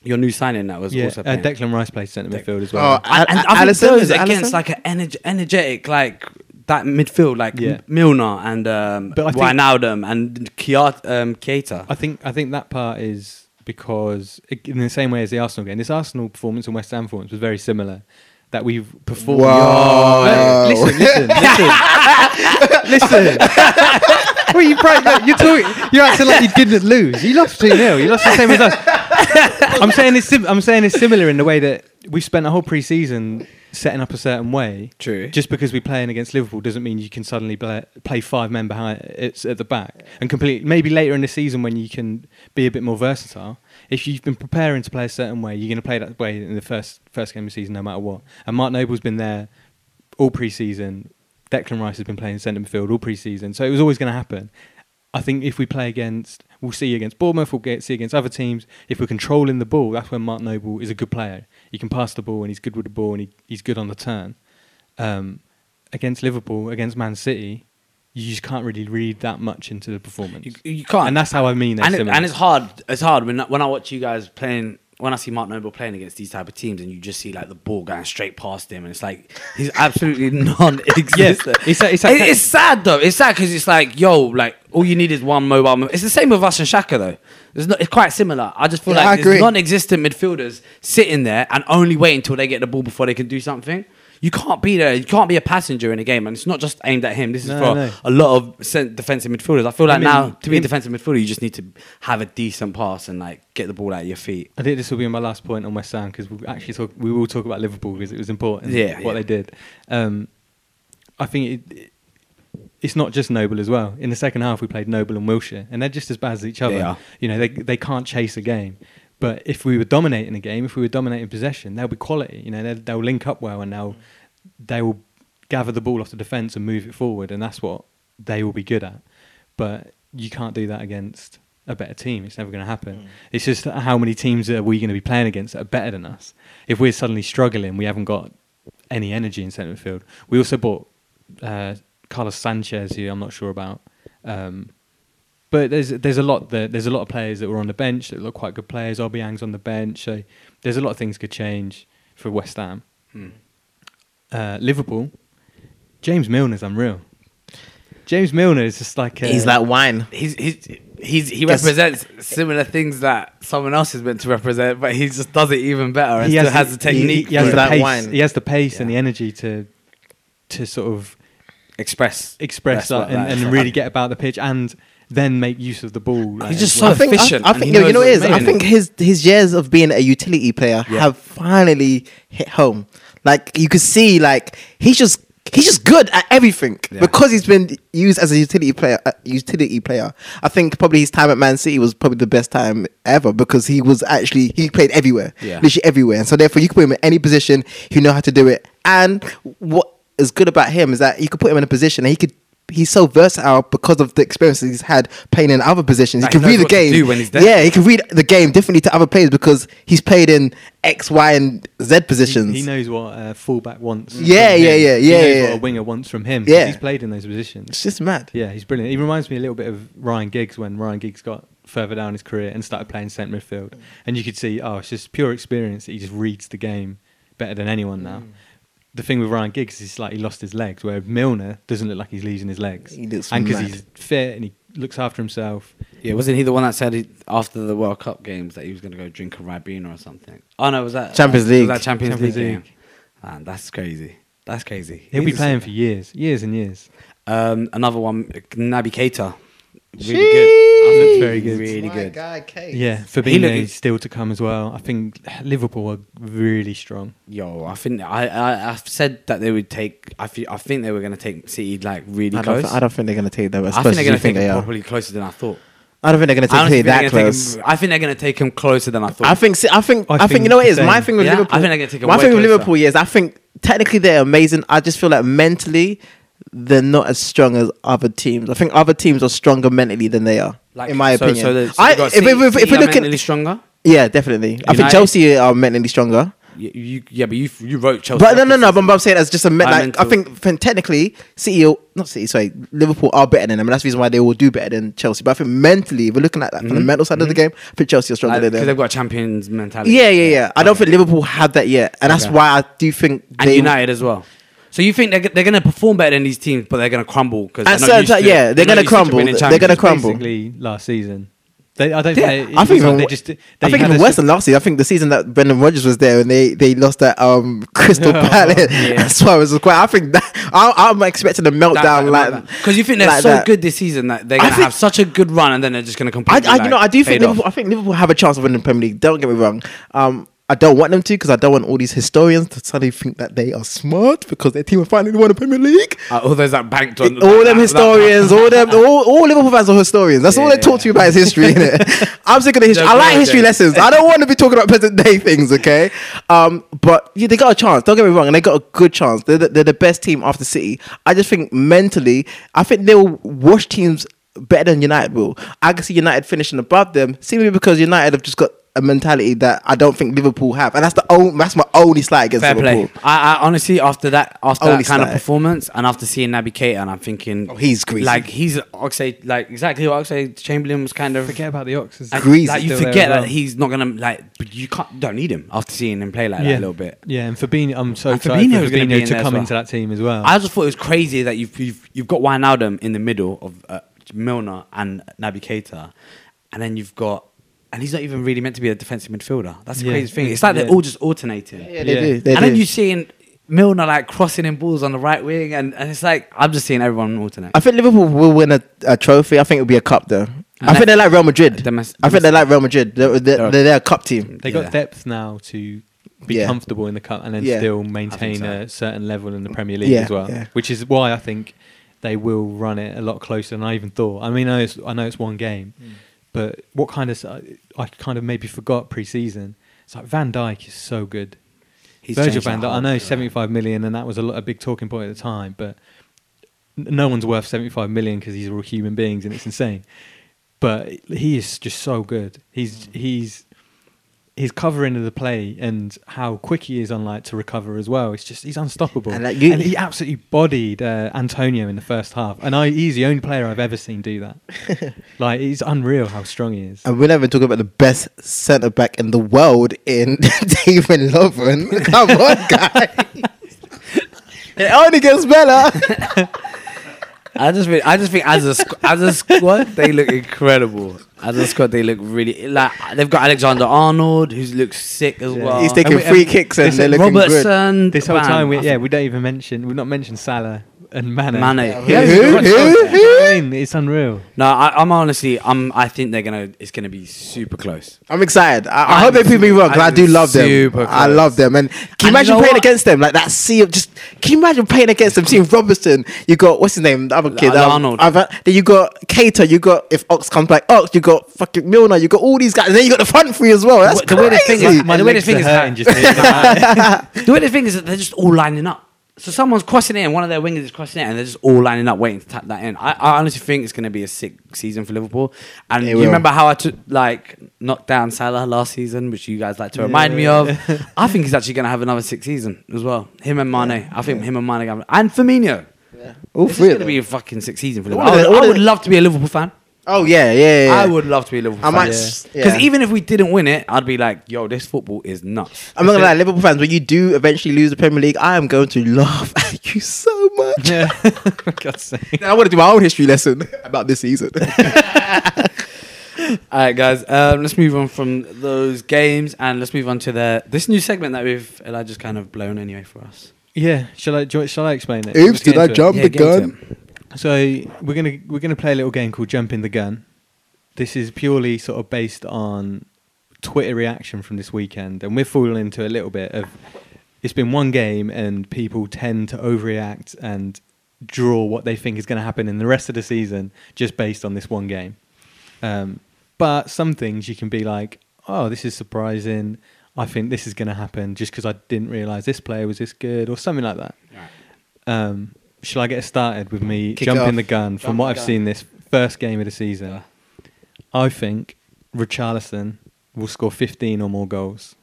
your new signing that was Yeah, also uh, playing? Declan Rice plays centre midfield as Oh, well. I, and I think Allison those is it against Allison? like an energ- energetic like that midfield like Yeah. M- Milner and um, But I think- Wijnaldum and Kiat, um, Keita. I think I think that part is because in the same way as the Arsenal game, this Arsenal performance and West Ham performance was very similar. That we've performed. Whoa. No, listen, [laughs] listen, listen, listen. [laughs] well, you break that. You're talking. You're acting like you didn't lose. You lost two 0 You lost the same as us. [laughs] I'm saying it's. Sim- I'm saying it's similar in the way that we spent a whole pre-season setting up a certain way. True. Just because we're playing against Liverpool doesn't mean you can suddenly play, play five men behind it's at the back and complete. Maybe later in the season when you can be a bit more versatile. If you've been preparing to play a certain way, you're going to play that way in the first first game of the season, no matter what. And Mark Noble's been there all pre-season. Declan Rice has been playing centre midfield all pre-season, so it was always going to happen. I think if we play against, we'll see against Bournemouth, we'll get, see against other teams. If we're controlling the ball, that's when Mark Noble is a good player. He can pass the ball and he's good with the ball and he, he's good on the turn. Um, against Liverpool, against Man City, you just can't really read that much into the performance. You, you can't, And that's how I mean they're And, it- similar. and it's hard. It's hard when when I watch you guys playing when I see Mark Noble playing against these type of teams, and you just see like the ball going straight past him, and it's like he's absolutely [laughs] non-existent. Yes, it's a- it's a- It- it's sad though. It's sad because it's like, yo, like all you need is one mobile. mo- It's the same with us and Shaka though. It's not. It's quite similar. I just feel Yeah, I like agree. there's non-existent midfielders sitting there and only waiting until they get the ball before they can do something. You can't be there. You can't be a passenger in a game, and it's not just aimed at him. This is No, for no. a lot of cent- defensive midfielders. I feel like mean, now to be a him- defensive midfielder, you just need to have a decent pass and like get the ball out of your feet. I think this will be my last point on West Ham because we actually talk. We will talk about Liverpool because it was important. Yeah, what yeah. they did. Um, I think it, it's not just Noble as well. In the second half, we played Noble and Wilshire, and they're just as bad as each other. They are. You know, they they can't chase a game. But if we were dominating the game, if we were dominating possession, they'll be quality. You know, they'll, they'll link up well, and they'll they will gather the ball off the defense and move it forward, and that's what they will be good at. But you can't do that against a better team. It's never going to happen. It's just how many teams are we going to be playing against that are better than us? If we're suddenly struggling, we haven't got any energy in centre midfield. We also bought uh, Carlos Sanchez, who I'm not sure about. Um, but there's there's a lot that there's a lot of players that were on the bench that look quite good players. Obiang's on the bench, so there's a lot of things could change for West Ham. Hmm. Uh, Liverpool, James Milner's unreal. James Milner is just like a, He's like wine. He's he's. He's, he Guess- represents similar things that someone else is meant to represent, but he just does it even better and still has the technique He, he has to the Like pace. wine. He has the pace and Yeah. the energy to to sort of express. That's express that what and, that is. and really get about the pitch and then make use of the ball. Uh, like, He's just so I think, I, efficient I and think he no, you know knows what it is. what I he's think his his years of being a utility player Yeah. have finally hit home. Like you could see, like he's just he's just good at everything Yeah. because he's been used as a utility player. A utility player. I think probably his time at Man City was probably the best time ever because he was actually he played everywhere, Yeah. literally everywhere. And so therefore, you could put him in any position. He know how to do it. And what is good about him is that you could put him in a position and he could. He's so versatile because of the experiences he's had playing in other positions. He Like, can he knows read the what to game. do when he's there. Yeah, he can read the game differently to other players because he's played in X, Y, and Z positions. He, he knows what a fullback wants. Yeah, from him. yeah, yeah, He yeah, knows yeah. what a winger wants from him. 'cause Yeah. he's played in those positions. it's just mad. Yeah, he's brilliant. He reminds me a little bit of Ryan Giggs when Ryan Giggs got further down his career and started playing centre midfield, and you could see, oh, it's just pure experience. That he just reads the game better than anyone Mm. now. The thing with Ryan Giggs is like he lost his legs, where Milner doesn't look like he's losing his legs, He looks and because mad. he's fit and he looks after himself. Yeah, wasn't he the one that said he, after the World Cup games that he was going to go drink a Ribena or something? Oh no, was that Champions League. Was that Champions, Champions League, League. game? Man, that's crazy. That's crazy. He'll be He's- playing for years, years and years. Um, another one, Naby Keita. Really Sheesh. good. That's very good. Really good. Yeah, He look- Fabinho is still to come as well. I think Liverpool are really strong. Yo, I think I, I I've said that they would take. I fe- I think they were going to take City like really I don't, close. thi- I don't think they're going to take that. As close I think they're as you going to think take they it are. probably closer than I thought. I don't think they're going I to honestly take think they're that gonna take close. him- I think they're going to take him closer than I thought. I think. si- I think. I I think. think You know, what it is the my same. thing with Yeah, I Liverpool. think they're gonna take a my way thing with closer. Liverpool is I think technically they're amazing. I just feel like mentally they're not as strong as other teams. I think other teams are stronger mentally than they are. in my so, opinion, so, the- so I, you've got if, if, City- if, if City we're are looking, mentally stronger. yeah, definitely. I think United- Chelsea are mentally stronger. You, you, yeah, but you you wrote Chelsea. But no, up no, this no. season. But I'm saying that's just a me- I like meant I to- think fin- technically City, will- not City, sorry, Liverpool are better than them, and that's the reason why they will do better than Chelsea. But I think mentally, if we're looking at that from the mental side of the game, I think Chelsea are stronger because than they've them. got a champions mentality. Yeah, yeah, yeah. I don't think Liverpool have that yet, and that's Okay. why I do think and they, United as well. So you think they're, g- they're going to perform better than these teams, but they're going to crumble because At certain time, yeah, they're gonna crumble. They're gonna crumble. crumble. Basically, last season, they, I don't. Yeah, I think think it's like even they wo- just. They I think had even a worse than last season. I think the season that Brendan Rodgers was there and they, they lost that um, [laughs] Crystal Oh, Palace. yeah. That's why it was quite. I think that I, I'm expecting a meltdown like because you think they're like so that. good this season that they're I going to think- have such a good run and then they're just going to I, completely. I you like, know, I do think fade off. Liverpool. I think Liverpool have a chance of winning the Premier League. Don't get me wrong. Um, I don't want them to because I don't want all these historians to suddenly think that they are smart because their team have finally won the Premier League. Uh, all those that banked on all that- them that- historians, all them, all, all Liverpool fans are historians. That's all they Yeah. talk to you about is history, innit? [laughs] I'm sick of the history. I Don't like worry, history Dave. lessons. I don't want to be talking about present day things, okay? Um, but yeah, they got a chance. Don't get me wrong, and they got a good chance. They're the, they're the best team after City. I just think mentally, I think they'll wash teams better than United will. I can see United finishing above them, simply because United have just got a mentality that I don't think Liverpool have, and that's the only that's my only slight against Fair play. Liverpool. I, I honestly, after that, after Only that kind slight. of performance, and after seeing Naby Keita, and I'm thinking, Oh, he's greasy. Like he's Oxlade, like exactly what Oxlade Chamberlain was kind of. Forget about the Oxes. Like, Greasy. like, you Still there forget as well. that he's not gonna like. But you can't don't need him after seeing him play like that a little bit. Yeah, and Fabinho, I'm so And excited Fabinho was for gonna be in there Fabinho to as come well. into that team as well. I just thought it was crazy that you've you've, you've got Wijnaldum in the middle of uh, Milner and Naby Keita, and then you've got and he's not even really meant to be a defensive midfielder. That's the Yeah. crazy thing. It's like Yeah. they're all just alternating. Yeah, they Yeah. do. They and do. then you seeing Milner like crossing in balls on the right wing, and, and it's like I'm just seeing everyone alternate. I think Liverpool will win a, a trophy. I think it'll be a cup though. I that- think they're like Real Madrid. Domes- I think they're like Real Madrid. They're, they're, They're- they're, they're a cup team. they got Yeah. depth now to be Yeah. comfortable in the cup and then Yeah. still maintain so. a certain level in the Premier League Yeah, as well, yeah. which is why I think they will run it a lot closer than I even thought. I mean, I know it's, I know it's one game, Mm. but what kind of s- I kind of maybe forgot pre-season. It's like Van Dijk is so good. He's Virgil changed van the Dijk. I whole- know 75 million, and that was a, lot, a big talking point at the time, but n- no one's worth 75 million because these are all human beings and it's insane. But he is just so good. He's Mm. he's his covering of the play and how quick he is on like to recover as well. It's just he's unstoppable. And, And, like, you- he absolutely bodied uh, Antonio in the first half, and I, he's the only player I've ever seen do that. like he's unreal how strong he is. And we're never talking about the best centre back in the world in [laughs] David Lovren. [laughs] Come on, guy. it only gets better. I just, think, I just think as a squ- as a squad they look incredible. As a squad they look really like they've got Alexander Arnold who looks sick as Yeah. well. He's taking And we- free and kicks and listen, they're looking good. Robertson. This whole man, time, we, I yeah, we don't even mention we've not mentioned Salah and Mane. Mane. Who? Yeah, Who? Who? Who? I mean, it's unreal. No, I, I'm honestly, I'm. I think they're gonna. It's gonna be super close. I'm excited. I, I hope I'm they prove me wrong because I I'm do love them. super I close. love them. And can you And you imagine know playing what? against them? Like that sea of just. Can you imagine playing against them? Seeing Robertson, you got. What's his name? The other kid. um, Arnold. other- then you got Cater, you got. If Ox comes back, Ox, you got fucking Milner, you got all these guys. And then you got the front three as well. That's The weirdest thing crazy. is- My the weirdest legs thing are is hurting that- just thinking about it. The way the thing is that they're just all lining up. So someone's crossing it, and one of their wingers is crossing it, and they're just all lining up, waiting to tap that in. I, I honestly think it's going to be a sick season for Liverpool. And It you will. remember how I took like knocked down Salah last season, which you guys like to remind me of. I think he's actually going to have another sick season as well. Him and Mane, I think him and Mane have- and Firmino. All This three is of going to them. be a fucking sick season for All Liverpool. of I would, them- all I of would them. love to be a Liverpool fan. Oh yeah, yeah. yeah. I would love to be a Liverpool I fan. might. Because Yeah. Yeah. even if we didn't win it, I'd be like, yo, this football is [laughs] nuts. I'm not gonna lie, Liverpool fans. When you do eventually lose the Premier League, I am going to laugh [laughs] at you so much. [laughs] [laughs] Yeah. [laughs] For God's sake. I want to do my own history lesson about this [laughs] season. All right, guys. Um, let's move on from those games and let's move on to the this new segment that we've Elijah's just kind of blown anyway for us. Yeah. Shall I? do you- Shall I explain it? Oops, Let's get did I into it. jump the get into gun? it. So we're gonna we're gonna play a little game called Jumping the Gun. This is purely sort of based on Twitter reaction from this weekend, and we're falling into a little bit of it's been one game, and people tend to overreact and draw what they think is going to happen in the rest of the season just based on this one game. Um, but some things you can be like, oh, this is surprising. I think this is going to happen just because I didn't realize this player was this good or something like that. Um, shall I get started with me Kick it jumping off. the gun from Jump what the I've gun. seen this first game of the season? I think Richarlison will score 15 or more goals.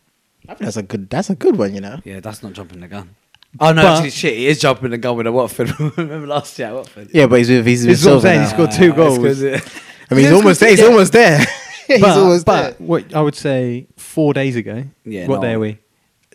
I think that's a good. That's a good one, you know. Yeah, that's not jumping the gun. Oh no, But- actually, shit, he is jumping the gun with a Watford. [laughs] Remember last year at Watford? Yeah, but he's with he's with This is what I'm Silva saying. now. He's scored two that's goals. good, yeah. [laughs] I mean, he's Yeah, almost there. He's yeah. almost there. [laughs] he's but, almost but there. what I would say four days ago, Yeah, what no. day are we?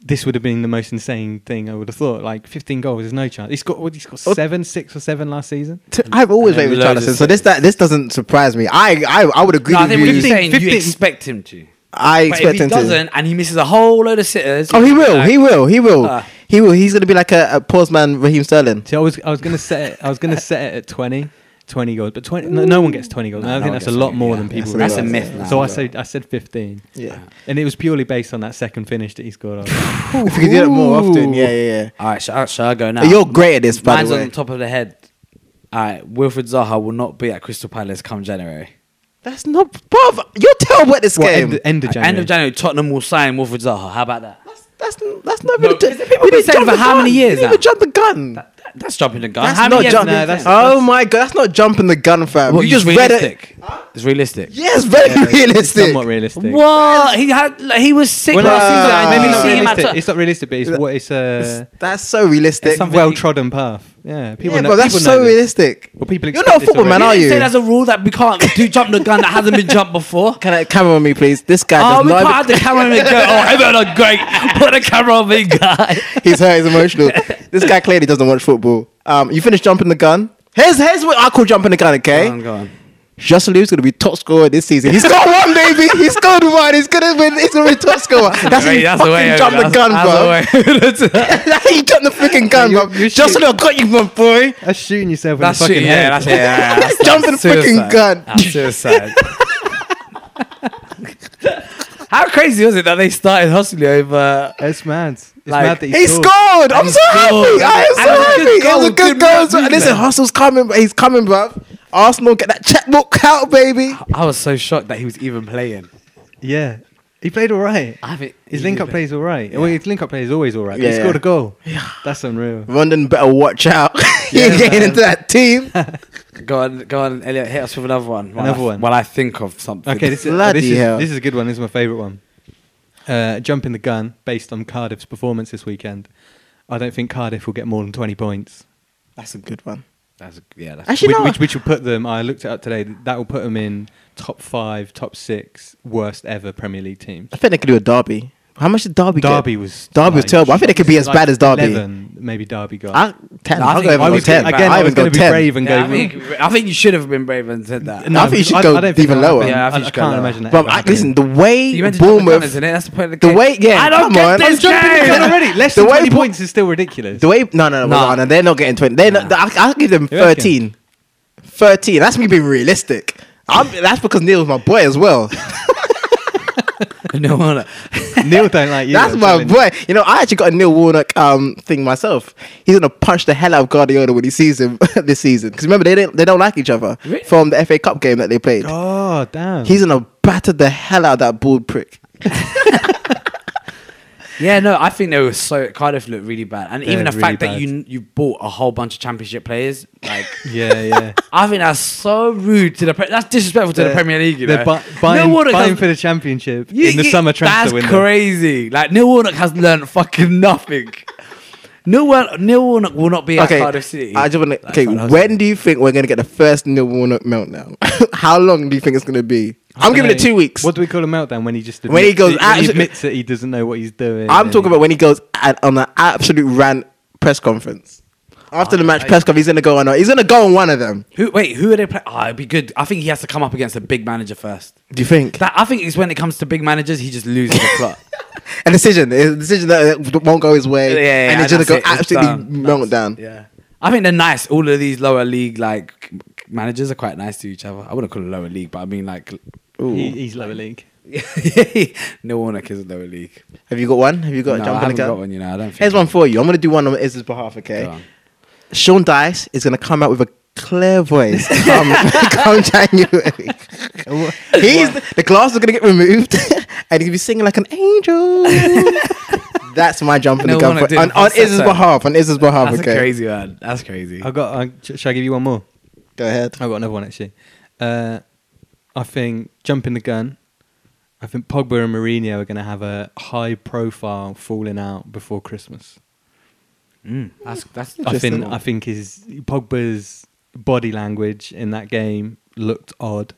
This would have been the most insane thing I would have thought. Like 15 goals, there's no chance. He scored, what, he scored Oh. seven, six or seven last season. T- I've always And then rated loads Richarlison, of so this that this doesn't surprise me. I I, I would agree No, I with think we're you. just saying you 15. expect him to. I but expect if he him to. doesn't and he misses a whole load of sitters. Oh, he will. like, He will. He will. Ah. he will. He's gonna be like a, a pause man, Raheem Sterling. See, I was, I was gonna set it. I was gonna set it at 20, 20 goals, but 20. No, no one gets 20 goals. No, And I no think one that's a gets lot 20, more yeah. than That's people. a- that's a realise. myth now. So I said, I said 15, Yeah. and it was purely based on that second finish that he scored. on. [laughs] If we could do that more often, yeah, yeah, yeah. All right, shall, I- shall I go now? You're great at this, by Mine's the on way. the top of the head. All right, Wilfred Zaha will not be at Crystal Palace come January. That's not brother. You're terrible at this What, game. end, end of At January. End of January, Tottenham will sign Wilfred Zaha. How about that? that's that's that's not No, really. because people have been saying for how many years You now? didn't jump the gun. that's jumping the gun. That's How not many jump- episodes No, is that's- that? oh my god, that's not jumping the gun, fam. Well, just read it- realistic. It's realistic. Yes, very It's realistic. somewhat realistic. Well, he had like, he was sick Well, no, last it's season. not- and it's, then maybe you not see him at realistic. t- it's not realistic, but it's what it's uh, a That's so realistic. It's something- well trodden path. Yeah, people yeah, know. but that's people know so this. realistic. Well, people You're expect not a this football man, already. are You you? didn't say there's a rule that we uh, can't do jump the gun that hasn't been [laughs] jumped before. Can I camera on me, please? This guy Oh, does we can't not. have the camera on me. Go, oh, Everton look great. Put the camera on me, guy. [laughs] He's hurt. He's [laughs] emotional. this guy clearly doesn't watch football. Um, you finished jumping the gun. Here's here's what I call jumping the gun. Okay, Go on. Justin Lee's gonna be top scorer this season. He's got one, baby. He's scored one. He's gonna win. He's gonna be top scorer. That's how Great, you fucking jump the gun, bro. that's the way. [laughs] That's how you jump the freaking gun, You- bro. [laughs] you Justin Lee, I got you, my boy. That's shooting yourself in That's the shit. fucking Yeah, head. that's it. Yeah, yeah, [laughs] that's- Jumping that's the freaking suicide. gun. That's [laughs] suicide. How crazy was it that they started hustling over? It's mad. It's Like- mad that he, He scored. scored. I'm He so scored. happy. I am so And it was a happy. good It was a goal, good good goal. So- movement. Listen, Hustle's coming. He's coming, bro. Arsenal get that checkbook out, baby. I was so shocked that he was even playing. Yeah, he played all right. I haven't. His link up play is all right. Well, his link up play is always all right. Yeah, he scored yeah. a goal. That's unreal. London better watch out. [laughs] He ain't getting into that team. Go on, go on, Elliot. Hit us with another one. While Another I, one. While I think of something. Okay, this is, uh, Bloody this, is, hell. this is a good one. This is my favourite one. Uh, jumping the gun based on Cardiff's performance this weekend. I don't think Cardiff will get more than 20 points. [laughs] That's a good one. That's, yeah, that's Actually, which, no. which, which will put them, I looked it up today, that will put them in top five, top six, worst ever Premier League teams. I think they could do a derby. How much did Derby? Derby get? was Derby was like- terrible. I think they could be as like bad as Derby. 11, maybe Derby got. I, ten. No, I I'll think- go I even go was ten. gonna- again, I even was go going to be ten. brave and Yeah, I, go. think, I think you should have been brave and said that. I think you should go don't think even that'll lower. happen. Yeah, I think I, you I should go can't lower. imagine that. But ever I, happening. listen, the way You meant to jump the gun, Bournemouth, isn't it? That's the point of the the game. way, yeah, I don't come get on. this I'm jumping the game. gun already. already, less the than way 20 Paul- points is still ridiculous. The way no no no, Nah. no, no they're not getting twenty. They're not, I, I'll give them You reckon? thirteen. Thirteen. That's me being realistic. I'm, that's because Neil's my boy as well. [laughs] no, no. Neil don't like you. That's I'm my telling you. boy. You know, I actually got a Neil Warnock um, thing myself. He's gonna punch the hell out of Guardiola when he sees him [laughs] this season. Because remember, they don't they don't like each other Really? from the FA Cup game that they played. Oh, damn. He's gonna batter the hell out of that bald prick. Yeah, no, I think they were so Cardiff looked really bad, and even the They're fact really that you you bought a whole bunch of Championship players, like [laughs] [laughs] yeah, yeah. I think that's so rude to the pre- that's disrespectful to the They're- Premier League. You know, they're bu- Neil buying, Warnock buying has- for the championship you- in the you- summer transfer That's window. crazy. Like Neil Warnock has learned fucking nothing. Neil, Warnock, Neil Warnock will not be okay, at Cardiff City. I just want to. Like, Okay, fuck that. when do you think we're gonna get the first Neil Warnock meltdown? [laughs] How long do you think it's gonna be? I'm giving it Hey, two weeks. What do we call a meltdown when he just admits, When he goes when he abso- admits that he doesn't know what he's doing? I'm and talking he- about when he goes at, on an absolute rant press conference. Ah, After the match press conference, he's gonna go on. He's gonna go on one of them. who wait who are they playing? Oh, it'd be good. I think he has to come up against a big manager first. Do you think? That I think is when it comes to big managers, he just loses the plot. [laughs] A decision, a decision that uh, won't go his way, yeah, yeah, and yeah, he's gonna that's go it, it's absolutely done. meltdown. Yeah. I think they're nice. All of these lower league like managers are quite nice to each other. I wouldn't call it lower league, but I mean like [laughs] he, he's lower league. no one like is lower league. Have you got one? Have you got a No, I jump on haven't the gun? got one, you know. I don't think Here's so. one for you. I'm gonna do one on Iz's behalf. Okay, Go on. Sean Dice is gonna come out with a clear voice come, [laughs] come [laughs] January. He's the glass is gonna get removed, [laughs] and he'll be singing like an angel. [laughs] That's my jump in No the gun one for, did on, on Iz's falsetto. behalf. On Iz's behalf. That's okay, crazy, man. That's crazy. I got. I, sh- shall I give you one more? go ahead. I got another one actually. Uh, I think jumping the gun. I think Pogba and Mourinho are going to have a high-profile falling out before Christmas. Mm, that's that's I interesting. think I think his Pogba's body language in that game looked odd,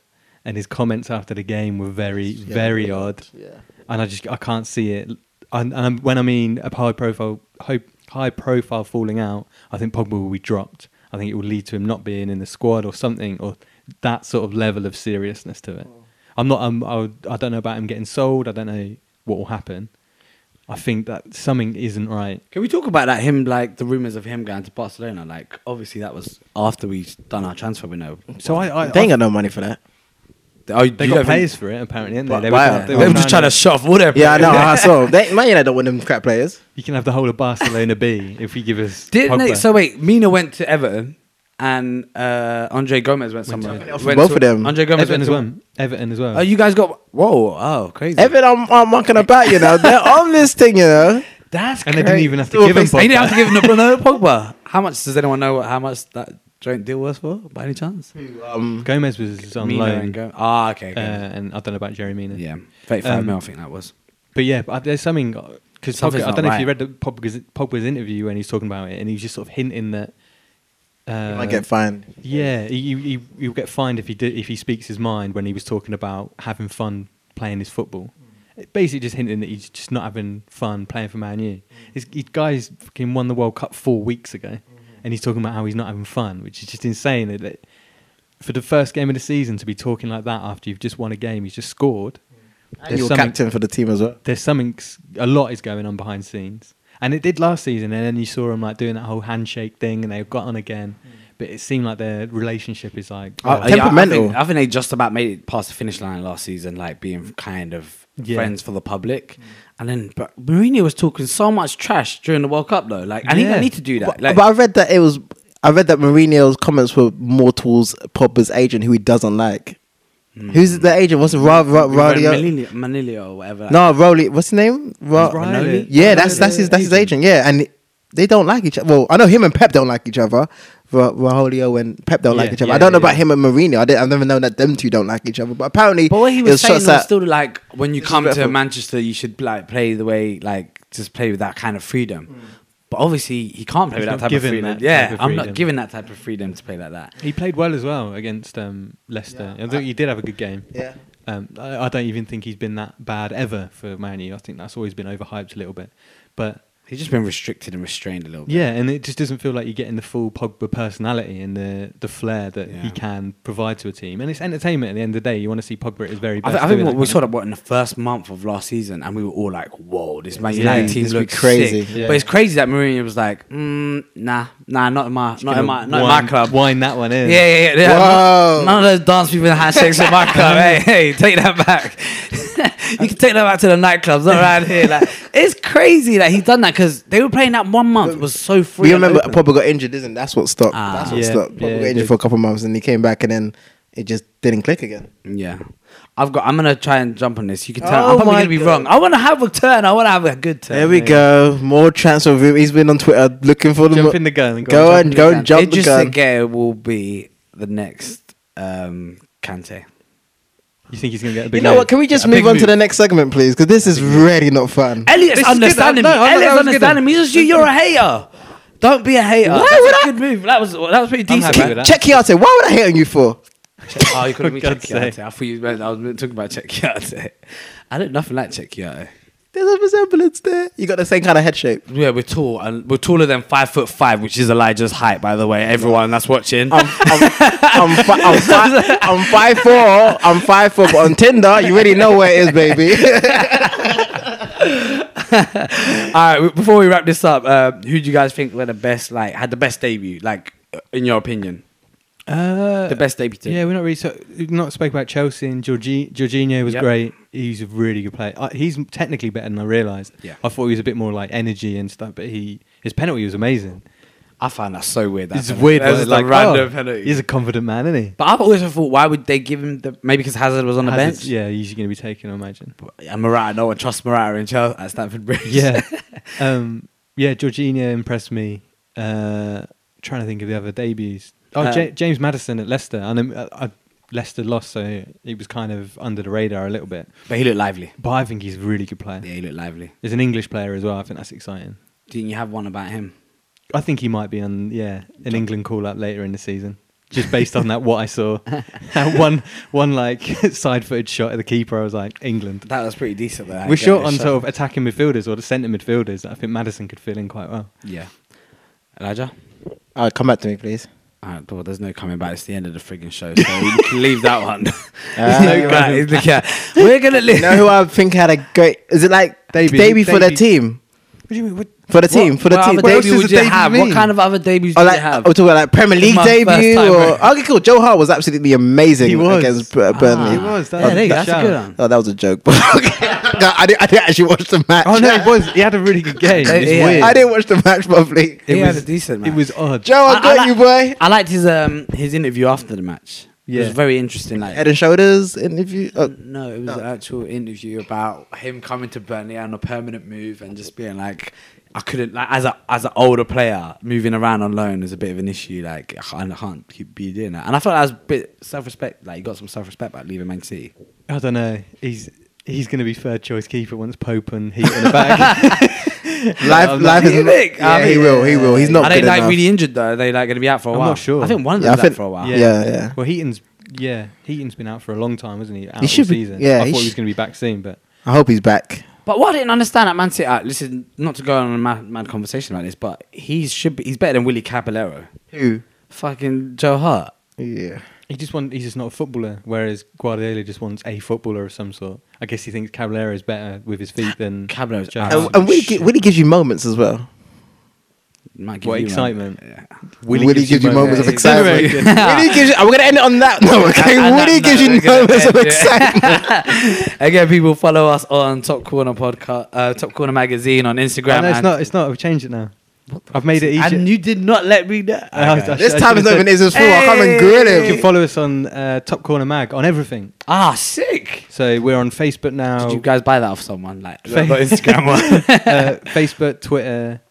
and his comments after the game were very very odd. Yeah. and I just I can't see it. And, and when I mean a high profile high, high profile falling out, I think Pogba will be dropped. I think it will lead to him not being in the squad or something, or that sort of level of seriousness to it. I'm not. I'm, I, would- I don't know about him getting sold. I don't know what will happen. I think that something isn't right. Can we talk about that? Him like the rumors of him going to Barcelona. Like obviously that was after we done our transfer window. So I, I, They ain't I got no money for that. Oh, you they don't got think- pays for it apparently. Didn't they? But They why? They they were just trying trying to shut off all their. Yeah, I know. I saw. [laughs] They, man, United don't want them crap players. You can have the whole of Barcelona B if we give us. Didn't they, Pogba. so wait, Mina went to Everton and uh, Andre Gomez went somewhere. Everton. Both to- of them. Andre Gomez Everton as went well. Everton as well. to- Oh, you guys got whoa! Oh, crazy. Everything I'm, I'm mucking about, you know. They're on this thing, you know. That's and they didn't even have to Still give him. face- They didn't Pogba. have to give him the no Pogba. How much does anyone know? What, how much that joint deal was for? By any chance? Um, Gomez was on Mina loan, and Go- Ah, okay. uh, okay. and I don't know about Jerry Mina. yeah, thirty-five um, mil. I think that was. But yeah, but there's something because I Something's don't not know if you right. read the Pogba's, Pogba's interview when he was talking about it, and he was just sort of hinting that. Uh, I get fined. Yeah, he, he he'll get fined if he did, if he speaks his mind when he was talking about having fun playing his football. It Basically, just hinting that he's just not having fun playing for Man U. This he, guy's fucking won the World Cup four weeks ago, and he's talking about how he's not having fun, which is just insane. That, that for the first game of the season to be talking like that after you've just won a game, he's just scored. And you're something- captain for the team as well. There's something s- a lot is going on behind scenes, and it did last season. And then you saw him like doing that whole handshake thing, and they got on again. But it seemed like their relationship is like I- oh, I- Uh, yeah, I temperamental. think, I think they just about made it past the finish line last season, like being kind of Yeah. friends for the public. And then, but Mourinho was talking so much trash during the World Cup, though. Like, I think Yeah. I need to do that. But, Like, but I read that it was. I read that Mourinho's comments were more towards Pogba's agent, who he doesn't like. Hmm. Who's the agent? What's it? Ra- Ra- Raulio? Manilio, Manilio or whatever. No, Rowley. What's his name? Ra- Ra- Riley. yeah, that's that's his that's his agent. Yeah, and they don't like each other. Well, I know him and Pep don't like each other. Ra- Raulio and Pep don't like Yeah, each other. yeah, I don't know yeah. about him and Mourinho. I did, I've never known that them two don't like each other. But apparently, But what he it was, saying shots was at- still like when you It's come to dreadful. Manchester, you should like play the way like just play with that kind of freedom. But obviously, he can't play with He's that not type of given freedom. that yeah, type of I'm freedom. not given that type of freedom to play like that. He played well as well against um, Leicester. I think he did have a good game. Yeah. Um, I, I don't even think he's been that bad ever for Man U. I think that's always been overhyped a little bit. But He's just been restricted and restrained a little bit. yeah, and it just doesn't feel like you're getting the full Pogba personality and the, the flair that he Yeah. can provide to a team. And it's entertainment at the end of the day. You want to see Pogba at his very I, best. th- I think doing what that we kind saw of- that what in the first month of last season, and we were all like, "Whoa, this Man Yeah, United this team is looks crazy. crazy." Yeah. But it's crazy that Mourinho was like, mm, "Nah, nah, not in my, not in Gonna my, not in wind, my club." Wind that one in. Yeah, yeah, yeah. yeah. Whoa. None of those dance people had sex in my [laughs] club. hey, hey, take that back. [laughs] you can take that back to the nightclubs, not around here. Like, it's crazy that he's done that because they were playing that one month was so free. We and remember open. Pogba got injured, isn't it? That's what stopped. Ah. that's what Yeah, stopped. yeah, Pogba it got injured did. for a couple of months, and he came back, and then it just didn't click again. Yeah. I've got. I'm gonna try and jump on this. You can tell. Oh I'm probably my gonna be God. wrong. I want to have a turn. I want to have a good turn. There we go. More transfer room. He's been on Twitter looking for the. Jump mo- in the gun. and Go jump on, in the go gun. on, jump the Idris gun. Segue will be the next um, Kante. You think he's going to get a You big know load? what? Can we just A move big on to the next segment, please? Because this is really not fun. Elliot's This is good. understanding No, me. I thought that Elliot's was good understanding me. It's just you. You're a hater. Don't be a hater. Why That's would a I- good move. That was that was pretty I'm happy decent. with [laughs] that. Check Kiate. Why would I hate on you for? Oh, you couldn't For meet God's Chequiate. sake. I thought you meant I was talking about Chequiate. I don't nothing like Chequiate. There's a resemblance there. You got the same kind of head shape. Yeah, we're tall and we're taller than five foot five, which is Elijah's height, by the way. Everyone that's watching. [laughs] I'm, I'm, I'm, fi- I'm, fi- I'm five four. I'm five four. But on Tinder, you already know where it is, baby. All right, before we wrap this up, uh, who do you guys think were the best? Like, had the best debut? Like, in your opinion, Uh, the best debut team? Yeah, we're not really so, we've not spoke about Chelsea and Jorgi- Jorginho was Yep. great. He's a really good player. Uh, he's technically better than I realised. Yeah. I thought he was a bit more like energy and stuff, but he his penalty was amazing. I found that so weird. That It's penalty. weird. That was but just a like, random oh, penalty. He's a confident man, isn't he? but I've always thought, why would they give him the? Maybe because Hazard was on the Hazard's- bench. Yeah, he's going to be taken, I imagine. And Morata, no one trusts Morata in Chelsea at Stamford Bridge. Yeah. um, yeah, Jorginho impressed me. Uh, trying to think of the other debuts. Oh, Uh, Ja- James Madison at Leicester. And um, uh, uh, Leicester lost, so he was kind of under the radar a little bit. [laughs] but he looked lively. But I think he's a really good player. Yeah, he looked lively. There's an English player as well. I think that's exciting. Didn't you have one about him? I think he might be on yeah an England call up later in the season, just based on that what I [laughs] saw, [laughs] that one one like [laughs] side footed shot at the keeper. I was like England. That was pretty decent. Though, I We're get short it, on so- sort of attacking midfielders or the centre midfielders. that I think Madison could fill in quite well. Yeah. Elijah? [laughs] Alright, come back to me, please. Alright, well, there's no coming back. It's the end of the frigging show, so we [laughs] can leave that one. Uh, Ah. There's no guy. He's looking at- We're gonna leave. You know who I think had a great? Is it like Debut. debut, for their Debut. team? What do you mean? What? For the team? What- for the what team? Other Debut- debut does would the you debut have? mean? What kind of other debuts Oh, did like you I'm have? talking about like Premier League My first debut. time Or, ever. [laughs] okay, cool. Joe Hart was absolutely amazing He was. Ah, against Bur- Burnley. Oh, He was. Oh, That Yeah, was there you go. a good That's a good shout. one. No, that was a joke. [laughs] But okay. no, I, didn't, I didn't actually watch the match. Oh no, it was. He had a really good game. It's Yeah. [laughs] weird. I didn't watch the match properly. He It had was- a decent It match. was odd. Joe, I, I- I got like- you, boy. I liked his um his interview after the match. It Yeah. was very interesting. Like, Head and shoulders interview. Oh, no, it was an actual interview about him coming to Burnley on a permanent move and just being like, I couldn't like as a as an older player moving around on loan is a bit of an issue. Like I can't, I can't keep be doing that. And I thought that was a bit self respect. Like you got some self respect by leaving Man City. I don't know. He's he's going to be third choice keeper once Pope and Heat in [laughs] the back. Life, life Do you is. think? Yeah, Ah, he will. He will. He's not Are good they like enough. really injured though? Are they like going to be out for a I'm while? not sure. I think one of Yeah, I them's out think- for a while. Yeah. yeah. Well, Heaton's yeah, Heaton's been out for a long time, hasn't he? Out He should all be- season. yeah, I he thought he was sh- going to be back soon, but I hope he's back. But what I didn't understand at Man City, uh, listen, not to go on a mad, mad conversation about this, but he should be, he's better than Willie Caballero, Who? fucking Joe Hart. Yeah. he just want he's just not a footballer. Whereas Guardiola just wants a footballer of some sort. I guess he thinks Caballero is better with his feet than Caballero's Joe out. Hart. And, and Willie, gi- Willie gives you moments as well. Might give What you one. [laughs] excitement. Yeah. Willie gives you moments of moments. excitement. Willie gives you. I'm gonna end it on that note. Okay. And Willie that gives note, you we're gonna moments of end it. excitement. [laughs] Again, people follow us on Top Corner Podcast, uh, Top Corner Magazine on Instagram. Oh, no, it's and- not. It's not. I've changed it now. I've made it easier. And you did not let me know. I was- Okay. I This should- I time it's should not have even said- his fault. I can't even grill You can him. follow us on uh, Top Corner Mag on everything. Ah, sick. So we're on Facebook now, Did you guys buy that off someone? Like, Fa- not Instagram [laughs] one. uh, Facebook, Twitter,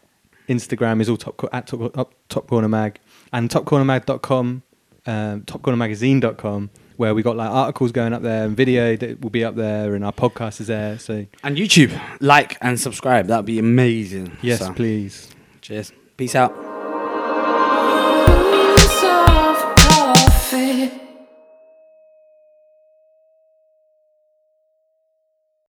Instagram is all top Co- at top, up, top Corner Mag and topcornermag.com, um, topcornermagazine.com, where we got like articles going up there and video that will be up there and our podcast is there. So and YouTube, like and subscribe. That'd be amazing. yes, So, please. Cheers. Peace out.